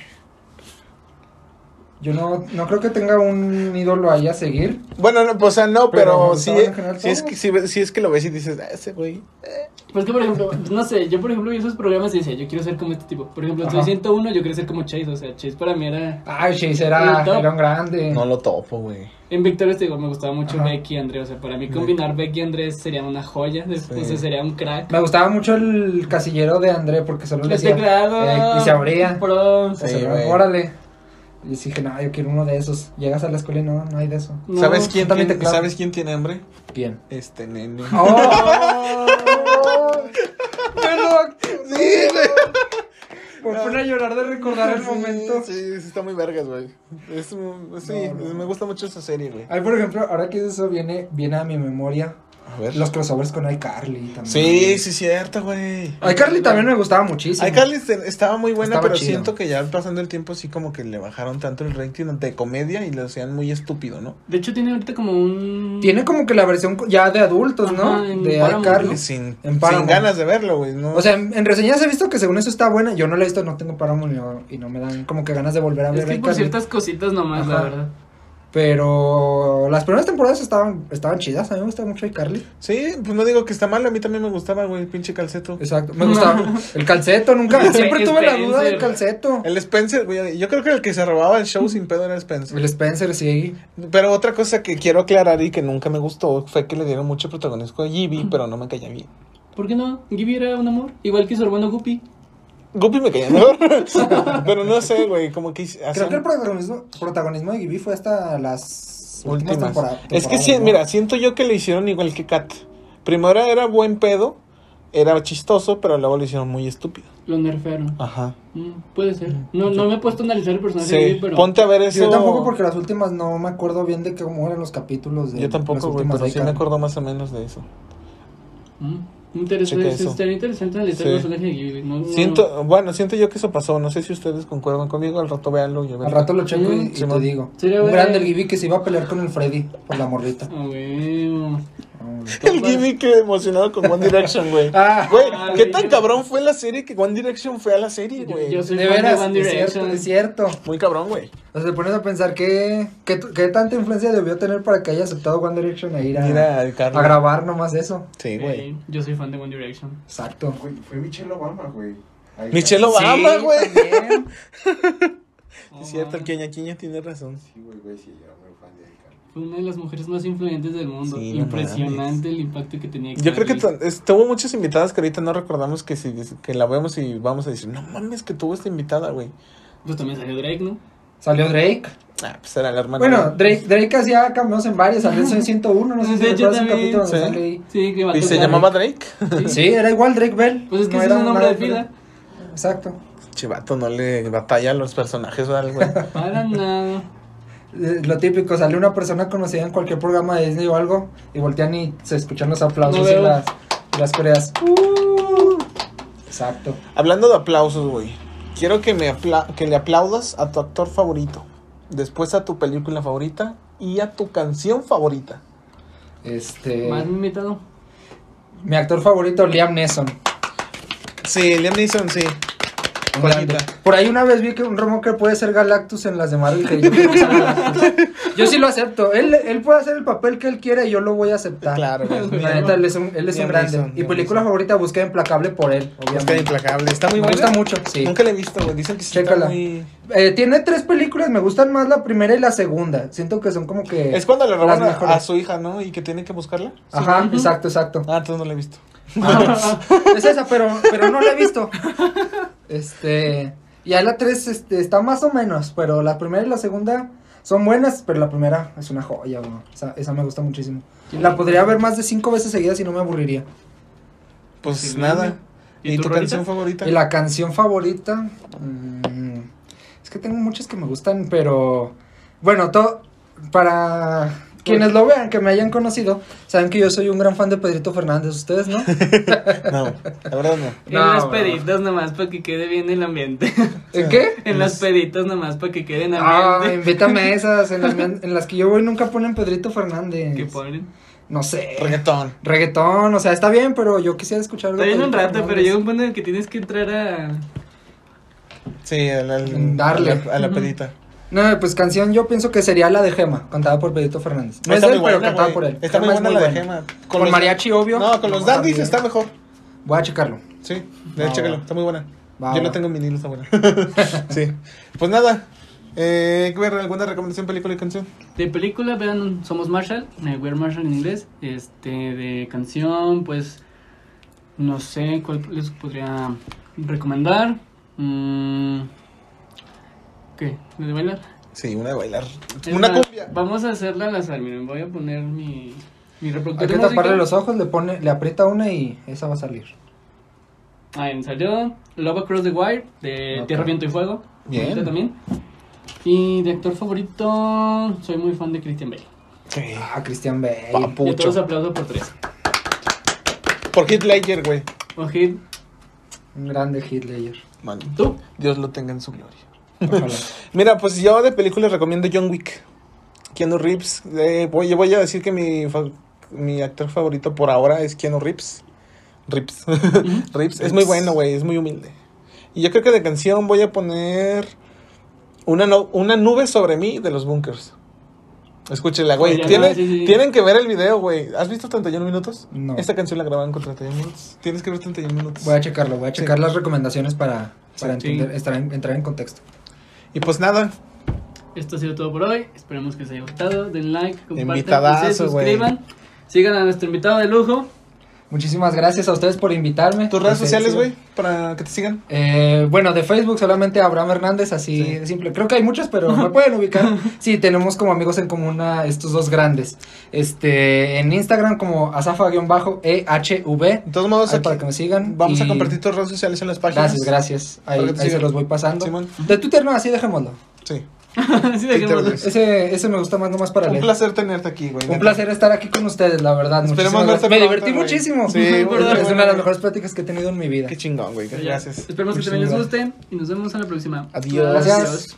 Speaker 3: Yo no, no creo que tenga un ídolo ahí a seguir.
Speaker 2: Bueno, no, pues, o sea, no, pero,
Speaker 3: Pero
Speaker 2: sí,
Speaker 3: estaban en general
Speaker 2: sí es
Speaker 3: todos.
Speaker 2: que, sí ve- sí es que lo ves y dices, ah, ese güey.
Speaker 1: Pues que, por ejemplo, no sé, yo por ejemplo vi esos programas y decía, yo quiero ser como este tipo. Por ejemplo, en soy
Speaker 3: Ajá.
Speaker 1: 101, yo quería ser como Chase. O sea, Chase para mí era.
Speaker 3: Ay, Chase era,
Speaker 1: El top.
Speaker 3: era un grande.
Speaker 2: No lo topo, güey.
Speaker 1: En Victoria's te digo, me gustaba mucho
Speaker 3: Ajá.
Speaker 1: Becky y André. O sea, para mí combinar Becky y André sería una joya. Entonces
Speaker 2: Sí.
Speaker 1: sería un crack.
Speaker 3: Me gustaba mucho el casillero de André porque solo le
Speaker 1: Este
Speaker 3: decía.
Speaker 1: teclado.
Speaker 3: eh, y se abría.
Speaker 1: Pro.
Speaker 3: Se
Speaker 2: Sí,
Speaker 3: cerraba,
Speaker 2: güey.
Speaker 3: órale. Y dije, no, yo quiero uno de esos. Llegas a la escuela y no, no hay de eso.
Speaker 1: No,
Speaker 2: ¿Sabes, quién
Speaker 3: también
Speaker 2: tiene,
Speaker 3: teclado.
Speaker 2: ¿Sabes quién tiene hambre?
Speaker 3: Bien.
Speaker 2: Este nene.
Speaker 3: ¡Oh! Perdón.
Speaker 2: Sí, güey.
Speaker 3: Me pone a llorar de recordar el momento.
Speaker 2: Sí, sí, está muy vergas, güey. Es, sí,
Speaker 3: no.
Speaker 2: me gusta mucho esa serie, güey.
Speaker 3: Ay, por ejemplo, ahora que eso viene, viene a mi memoria.
Speaker 2: A ver.
Speaker 3: Los crossovers con iCarly también.
Speaker 2: Sí, sí, cierto, güey.
Speaker 3: iCarly también me gustaba muchísimo.
Speaker 2: Ay, Carly este- estaba muy buena,
Speaker 3: Estaba
Speaker 2: pero
Speaker 3: chido.
Speaker 2: siento que ya pasando el tiempo sí como que le bajaron tanto el rating de comedia y lo hacían muy estúpido, ¿no?
Speaker 1: De hecho, tiene ahorita como un.
Speaker 3: Tiene como que la versión ya de adultos, ¿no?
Speaker 1: Ajá, en
Speaker 3: de
Speaker 1: Paramount,
Speaker 3: iCarly.
Speaker 1: ¿no?
Speaker 2: Sin,
Speaker 3: En
Speaker 2: sin
Speaker 3: Paramount.
Speaker 2: ganas de verlo, güey. ¿no?
Speaker 3: O sea, en, en reseñas he visto que según eso está buena. Yo no la he visto, no tengo Paramount y no- y no me dan como que ganas de volver a ver
Speaker 1: Es que por
Speaker 3: iCarly.
Speaker 1: ciertas cositas nomás, la
Speaker 3: Ajá.
Speaker 1: verdad.
Speaker 3: Pero las primeras temporadas estaban, estaban chidas. A mí me gustaba mucho iCarly.
Speaker 2: sí, pues no digo que está mal, a mí también me gustaba, güey, el pinche calceto.
Speaker 3: Exacto. Me gustaba. el calceto, nunca.
Speaker 1: Espe-
Speaker 3: Siempre tuve la duda del
Speaker 1: Spencer.
Speaker 3: calceto.
Speaker 2: El Spencer, güey, yo creo que el que se robaba el show sin pedo era Spencer.
Speaker 3: Mm. El Spencer, sí.
Speaker 2: Pero otra cosa que quiero aclarar y que nunca me gustó fue que le dieron mucho protagonismo a Gibby,
Speaker 3: Mm.
Speaker 2: pero no me caía bien.
Speaker 1: ¿Por qué no? Gibby era un amor. Igual que su hermano Guppy.
Speaker 2: Guppy me caía mejor. pero no sé, güey, como que
Speaker 3: Creo
Speaker 2: hacían-
Speaker 3: que el protagonismo, protagonismo de Gibby fue hasta las últimas,
Speaker 2: últimas.
Speaker 3: tempora-
Speaker 2: Es que
Speaker 3: temporadas,
Speaker 2: sí,
Speaker 3: ¿no?
Speaker 2: mira, siento yo que le hicieron igual que Kat. Primero era buen pedo, era chistoso, pero luego lo hicieron muy estúpido.
Speaker 1: Lo nerfearon.
Speaker 2: Ajá.
Speaker 1: Mm, puede ser. No, no me he puesto a analizar el personaje de Gibby, pero.
Speaker 2: Ponte a ver eso.
Speaker 3: Yo tampoco porque las últimas no me acuerdo bien de cómo eran los capítulos de
Speaker 2: Yo
Speaker 3: las
Speaker 2: tampoco, güey,
Speaker 3: últimas
Speaker 2: pero
Speaker 3: de
Speaker 2: sí me
Speaker 3: iCarly.
Speaker 2: acuerdo más o menos de eso.
Speaker 1: Mm, Interesante,
Speaker 2: Checa eso.
Speaker 1: estaría interesante analizar
Speaker 2: Sí.
Speaker 1: el personaje de Gibby. No, no-
Speaker 2: Siento, bueno, siento yo que eso pasó. No sé si ustedes concuerdan conmigo. Al rato véanlo y a ver.
Speaker 3: Al rato lo checo y, y
Speaker 2: Sí,
Speaker 3: te
Speaker 2: man.
Speaker 3: digo.
Speaker 1: Sí,
Speaker 3: un
Speaker 1: güey.
Speaker 3: grande el Gibby que se iba a pelear con el Freddy por la morrita.
Speaker 1: Ah, güey.
Speaker 2: El gimmick que emocionado con One Direction, güey.
Speaker 3: Ah.
Speaker 2: Güey,
Speaker 1: Ah,
Speaker 2: qué
Speaker 1: güey,
Speaker 2: tan
Speaker 1: yo-
Speaker 2: cabrón fue la serie que One Direction fue a la serie,
Speaker 1: Yo-
Speaker 2: güey.
Speaker 1: yo soy
Speaker 3: de
Speaker 1: fan
Speaker 3: veras,
Speaker 1: One
Speaker 3: es cierto,
Speaker 1: Direction.
Speaker 3: es cierto.
Speaker 2: Muy cabrón, güey.
Speaker 3: O sea, te pones a pensar qué, qué, qué tanta influencia debió tener para que haya aceptado One Direction a ir a,
Speaker 2: Mira, el
Speaker 3: a
Speaker 2: Carlos.
Speaker 3: grabar nomás eso.
Speaker 2: Sí, güey.
Speaker 1: Eh, yo soy fan de One Direction.
Speaker 3: Exacto.
Speaker 4: Güey, fue Michelle Obama, güey. Ahí
Speaker 2: Michelle
Speaker 4: está.
Speaker 2: Obama, güey.
Speaker 3: también.
Speaker 1: Oh,
Speaker 2: Es cierto, el
Speaker 1: man.
Speaker 2: Queñaquiña tiene razón.
Speaker 4: Sí, güey, güey, sí, era muy fan de Carly.
Speaker 1: Fue una de las mujeres más influyentes del mundo.
Speaker 2: Sí, no mames.
Speaker 1: Impresionante el impacto que tenía.
Speaker 2: Yo creo que
Speaker 1: Carly.
Speaker 2: tu- es- tuvo muchas invitadas que ahorita no recordamos que si que la vemos y vamos a decir, no mames que tuvo esta invitada, güey.
Speaker 1: Pues también salió Drake, ¿no?
Speaker 3: Salió Drake.
Speaker 2: Ah, pues era la hermana.
Speaker 3: Bueno, Drake, Drake hacía cameos en varias. Salió en 101, no sé si
Speaker 1: De hecho,
Speaker 3: recuerdas un
Speaker 1: también,
Speaker 3: capítulo donde
Speaker 2: sí.
Speaker 3: sale ahí.
Speaker 1: Sí, que mató
Speaker 2: ¿Y
Speaker 1: a
Speaker 2: se
Speaker 1: Carly.
Speaker 2: llamaba Drake?
Speaker 3: Sí, era igual Drake Bell.
Speaker 1: Pues es que
Speaker 3: no
Speaker 1: ese es
Speaker 3: era
Speaker 1: un nombre de
Speaker 3: nada
Speaker 1: vida.
Speaker 3: diferente. Exacto.
Speaker 2: Chivato, no le batalla a los personajes o algo, güey.
Speaker 1: Para nada.
Speaker 3: Eh, Lo típico, sale una persona conocida en cualquier programa de Disney o algo y voltean y se escuchan los aplausos
Speaker 1: No
Speaker 3: y
Speaker 1: veo.
Speaker 3: las, y las coreas. "Uh". Exacto.
Speaker 2: Hablando de aplausos, güey. Quiero que, me apla- que le aplaudas a tu actor favorito. Después a tu película favorita y a tu canción favorita.
Speaker 3: Este.
Speaker 1: Más invitado.
Speaker 3: Mi actor favorito, Liam Neeson.
Speaker 2: Sí, Liam Neeson, sí.
Speaker 3: Un
Speaker 2: Juanita.
Speaker 3: grande. Por ahí una vez vi que un rumor que puede ser Galactus en las de Marvel. que yo, creo que es Galactus. Yo sí lo acepto. Él, él puede hacer el papel que él quiera y yo lo voy a aceptar.
Speaker 2: Claro, güey.
Speaker 3: La neta, él es un, él es un
Speaker 2: Liam
Speaker 3: grande.
Speaker 2: Neeson,
Speaker 3: y
Speaker 2: Liam
Speaker 3: película
Speaker 2: Neeson.
Speaker 3: favorita, Búsqueda Implacable por él,
Speaker 2: Está
Speaker 3: obviamente.
Speaker 2: implacable. Está muy
Speaker 3: Me
Speaker 2: buena.
Speaker 3: gusta mucho, sí.
Speaker 2: Nunca la he visto, güey. Dicen que sí está
Speaker 3: Chécala.
Speaker 2: muy...
Speaker 3: Eh, tiene tres películas, me gustan más la primera y la segunda. Siento que son como que.
Speaker 2: Es cuando le
Speaker 3: las
Speaker 2: roban a,
Speaker 3: mejores. Ah.
Speaker 2: a su hija, ¿no? Y que tiene que buscarla.
Speaker 3: Ajá,
Speaker 1: Ujú.
Speaker 3: exacto, exacto.
Speaker 2: Ah, entonces no la he visto.
Speaker 3: es esa, pero, pero no la he visto. Este. Y ahí la tres este, está más o menos, pero la primera y la segunda son buenas, pero la primera es una joya, güey. Esa, esa me gusta muchísimo. La podría ver más de cinco veces seguidas y no me aburriría.
Speaker 2: Pues
Speaker 1: Sí,
Speaker 2: nada.
Speaker 1: ¿Y
Speaker 2: ¿Y,
Speaker 1: tu
Speaker 2: tu
Speaker 1: rolita?
Speaker 2: canción favorita?
Speaker 3: Y la canción favorita. mm, es que tengo muchas que me gustan, pero. Bueno, todo. Para quienes lo vean, que me hayan conocido, saben que yo soy un gran fan de Pedrito Fernández. Ustedes, ¿no?
Speaker 2: No, la verdad no.
Speaker 1: En
Speaker 3: No,
Speaker 1: las
Speaker 3: no.
Speaker 1: peditas nomás para que quede bien el ambiente.
Speaker 3: ¿En qué?
Speaker 1: en las peditas nomás para que quede en
Speaker 3: Ah,
Speaker 1: ambiente.
Speaker 3: invítame a esas. En las, mías- en las que yo voy nunca ponen Pedrito Fernández.
Speaker 1: que ponen.
Speaker 3: No sé.
Speaker 2: Reggaetón.
Speaker 3: Reggaetón, o sea, está bien, pero yo quisiera escuchar algo
Speaker 1: Está
Speaker 3: de
Speaker 1: bien un
Speaker 3: Pedrito
Speaker 1: rato, pero
Speaker 3: Fernández.
Speaker 1: llega un punto en el que tienes que entrar a.
Speaker 2: Sí, al, al-
Speaker 3: Darle.
Speaker 2: A la, a la pedita.
Speaker 3: No, pues canción yo pienso que sería la de Gema, cantada por Pedrito Fernández. No es
Speaker 2: muy
Speaker 3: él, pero
Speaker 2: buena,
Speaker 3: cantada
Speaker 2: güey.
Speaker 3: por él.
Speaker 2: Está muy
Speaker 3: es
Speaker 2: buena la de
Speaker 3: buena.
Speaker 2: Gema.
Speaker 3: Con,
Speaker 2: los-
Speaker 3: mariachi, obvio.
Speaker 2: No, con los dandies
Speaker 3: también.
Speaker 2: está mejor.
Speaker 3: Voy a checarlo.
Speaker 2: Sí, de
Speaker 3: Va,
Speaker 2: hecho, chécalo,
Speaker 3: va.
Speaker 2: está muy buena.
Speaker 3: Va,
Speaker 2: Yo
Speaker 3: va.
Speaker 2: lo tengo en vinilo, está buena. sí. Pues nada, eh, ¿qué ver alguna recomendación, película y canción?
Speaker 1: De película, vean, somos Marshall, eh, We're Marshall en inglés. Este, de canción, pues, no sé cuál les podría recomendar. Mm, ¿Qué? ¿Me de bailar?
Speaker 2: Sí, una de bailar.
Speaker 1: Es
Speaker 2: una
Speaker 1: más,
Speaker 2: cumbia.
Speaker 1: Vamos a hacerla al azar, miren, voy a poner mi, mi reproductor
Speaker 3: Hay que
Speaker 1: de música.
Speaker 3: taparle los ojos, le pone, le aprieta una y esa va a salir.
Speaker 1: Ahí Ah, salió Love Across the Wire, de
Speaker 3: Ok.
Speaker 1: Tierra, Viento y Fuego.
Speaker 2: Bien.
Speaker 1: bonita también. Y de actor favorito, soy muy fan de Christian Bale.
Speaker 2: Sí.
Speaker 3: Ah, Cristian Bale.
Speaker 1: Y a todos
Speaker 2: Papucho.
Speaker 1: aplaudo por tres.
Speaker 2: Por Heath Ledger, güey.
Speaker 1: Ojid,
Speaker 3: Un grande Hitler.
Speaker 2: Man,
Speaker 1: ¿tú?
Speaker 2: Dios lo tenga en su gloria.
Speaker 3: Ojalá.
Speaker 2: Mira, pues yo de películas recomiendo John Wick. Keanu Reeves. eh, voy, yo voy a decir que mi, fa- mi actor favorito por ahora es Keanu Reeves. Reeves. Reeves. Es muy bueno, güey. Es muy humilde. Y yo creo que de canción voy a poner una, no- una nube sobre mí de los bunkers. Escúchela, güey.
Speaker 1: Oye,
Speaker 2: Tiene-
Speaker 1: no, sí, sí.
Speaker 2: Tienen que ver el video, güey. ¿Has visto 31 minutos?
Speaker 3: No.
Speaker 2: Esta canción la grabaron con 31 minutos. Tienes que ver 31 minutos.
Speaker 3: Voy a checarlo, voy a
Speaker 2: Sí.
Speaker 3: checar las recomendaciones para, para
Speaker 1: Sí.
Speaker 3: entender, estar en- entrar en contexto.
Speaker 2: Y pues nada,
Speaker 1: Esto ha sido todo por hoy. Esperemos que les haya gustado. Den like, compartan,
Speaker 2: Invitadazo,
Speaker 1: se suscriban. Sigan a nuestro invitado de lujo.
Speaker 3: Muchísimas gracias a ustedes por invitarme.
Speaker 2: tus redes
Speaker 3: Pues, eh,
Speaker 2: sociales,
Speaker 3: sí.
Speaker 2: güey, para que te sigan.
Speaker 3: Eh, bueno, de Facebook solamente Abraham Hernández, así
Speaker 2: Sí.
Speaker 3: de simple. Creo que hay muchos, pero me pueden ubicar. Sí, tenemos como amigos en común a estos dos grandes. Este, en Instagram como azafa-ehv.
Speaker 2: De todos modos,
Speaker 3: ahí
Speaker 2: aquí-
Speaker 3: para que me sigan.
Speaker 2: Vamos a
Speaker 3: y-
Speaker 2: compartir tus redes sociales en las páginas.
Speaker 3: Gracias, gracias. Ahí,
Speaker 2: Para que te
Speaker 3: ahí se
Speaker 2: sigan.
Speaker 3: los voy pasando.
Speaker 2: Simón.
Speaker 3: De Twitter no, así dejémoslo.
Speaker 2: Sí.
Speaker 1: Así dejémoslo.
Speaker 2: Twitter,
Speaker 3: Ese, ese me gusta más nomás para
Speaker 2: Un
Speaker 3: leer.
Speaker 2: placer tenerte aquí, güey.
Speaker 3: Un placer estar aquí con ustedes, la verdad.
Speaker 2: Esperemos
Speaker 3: Muchísimas
Speaker 2: verte
Speaker 3: gracias. Me
Speaker 2: pronto,
Speaker 3: divertí
Speaker 2: güey.
Speaker 3: muchísimo.
Speaker 2: Sí,
Speaker 3: es
Speaker 1: muy bueno,
Speaker 3: una
Speaker 2: bueno.
Speaker 3: de las mejores pláticas que he tenido en mi vida.
Speaker 2: Qué chingón, güey.
Speaker 1: Ya.
Speaker 2: Gracias.
Speaker 1: Esperemos que también les
Speaker 3: Muchísimas
Speaker 1: guste. Y nos vemos a la próxima.
Speaker 2: Adiós.
Speaker 3: Gracias.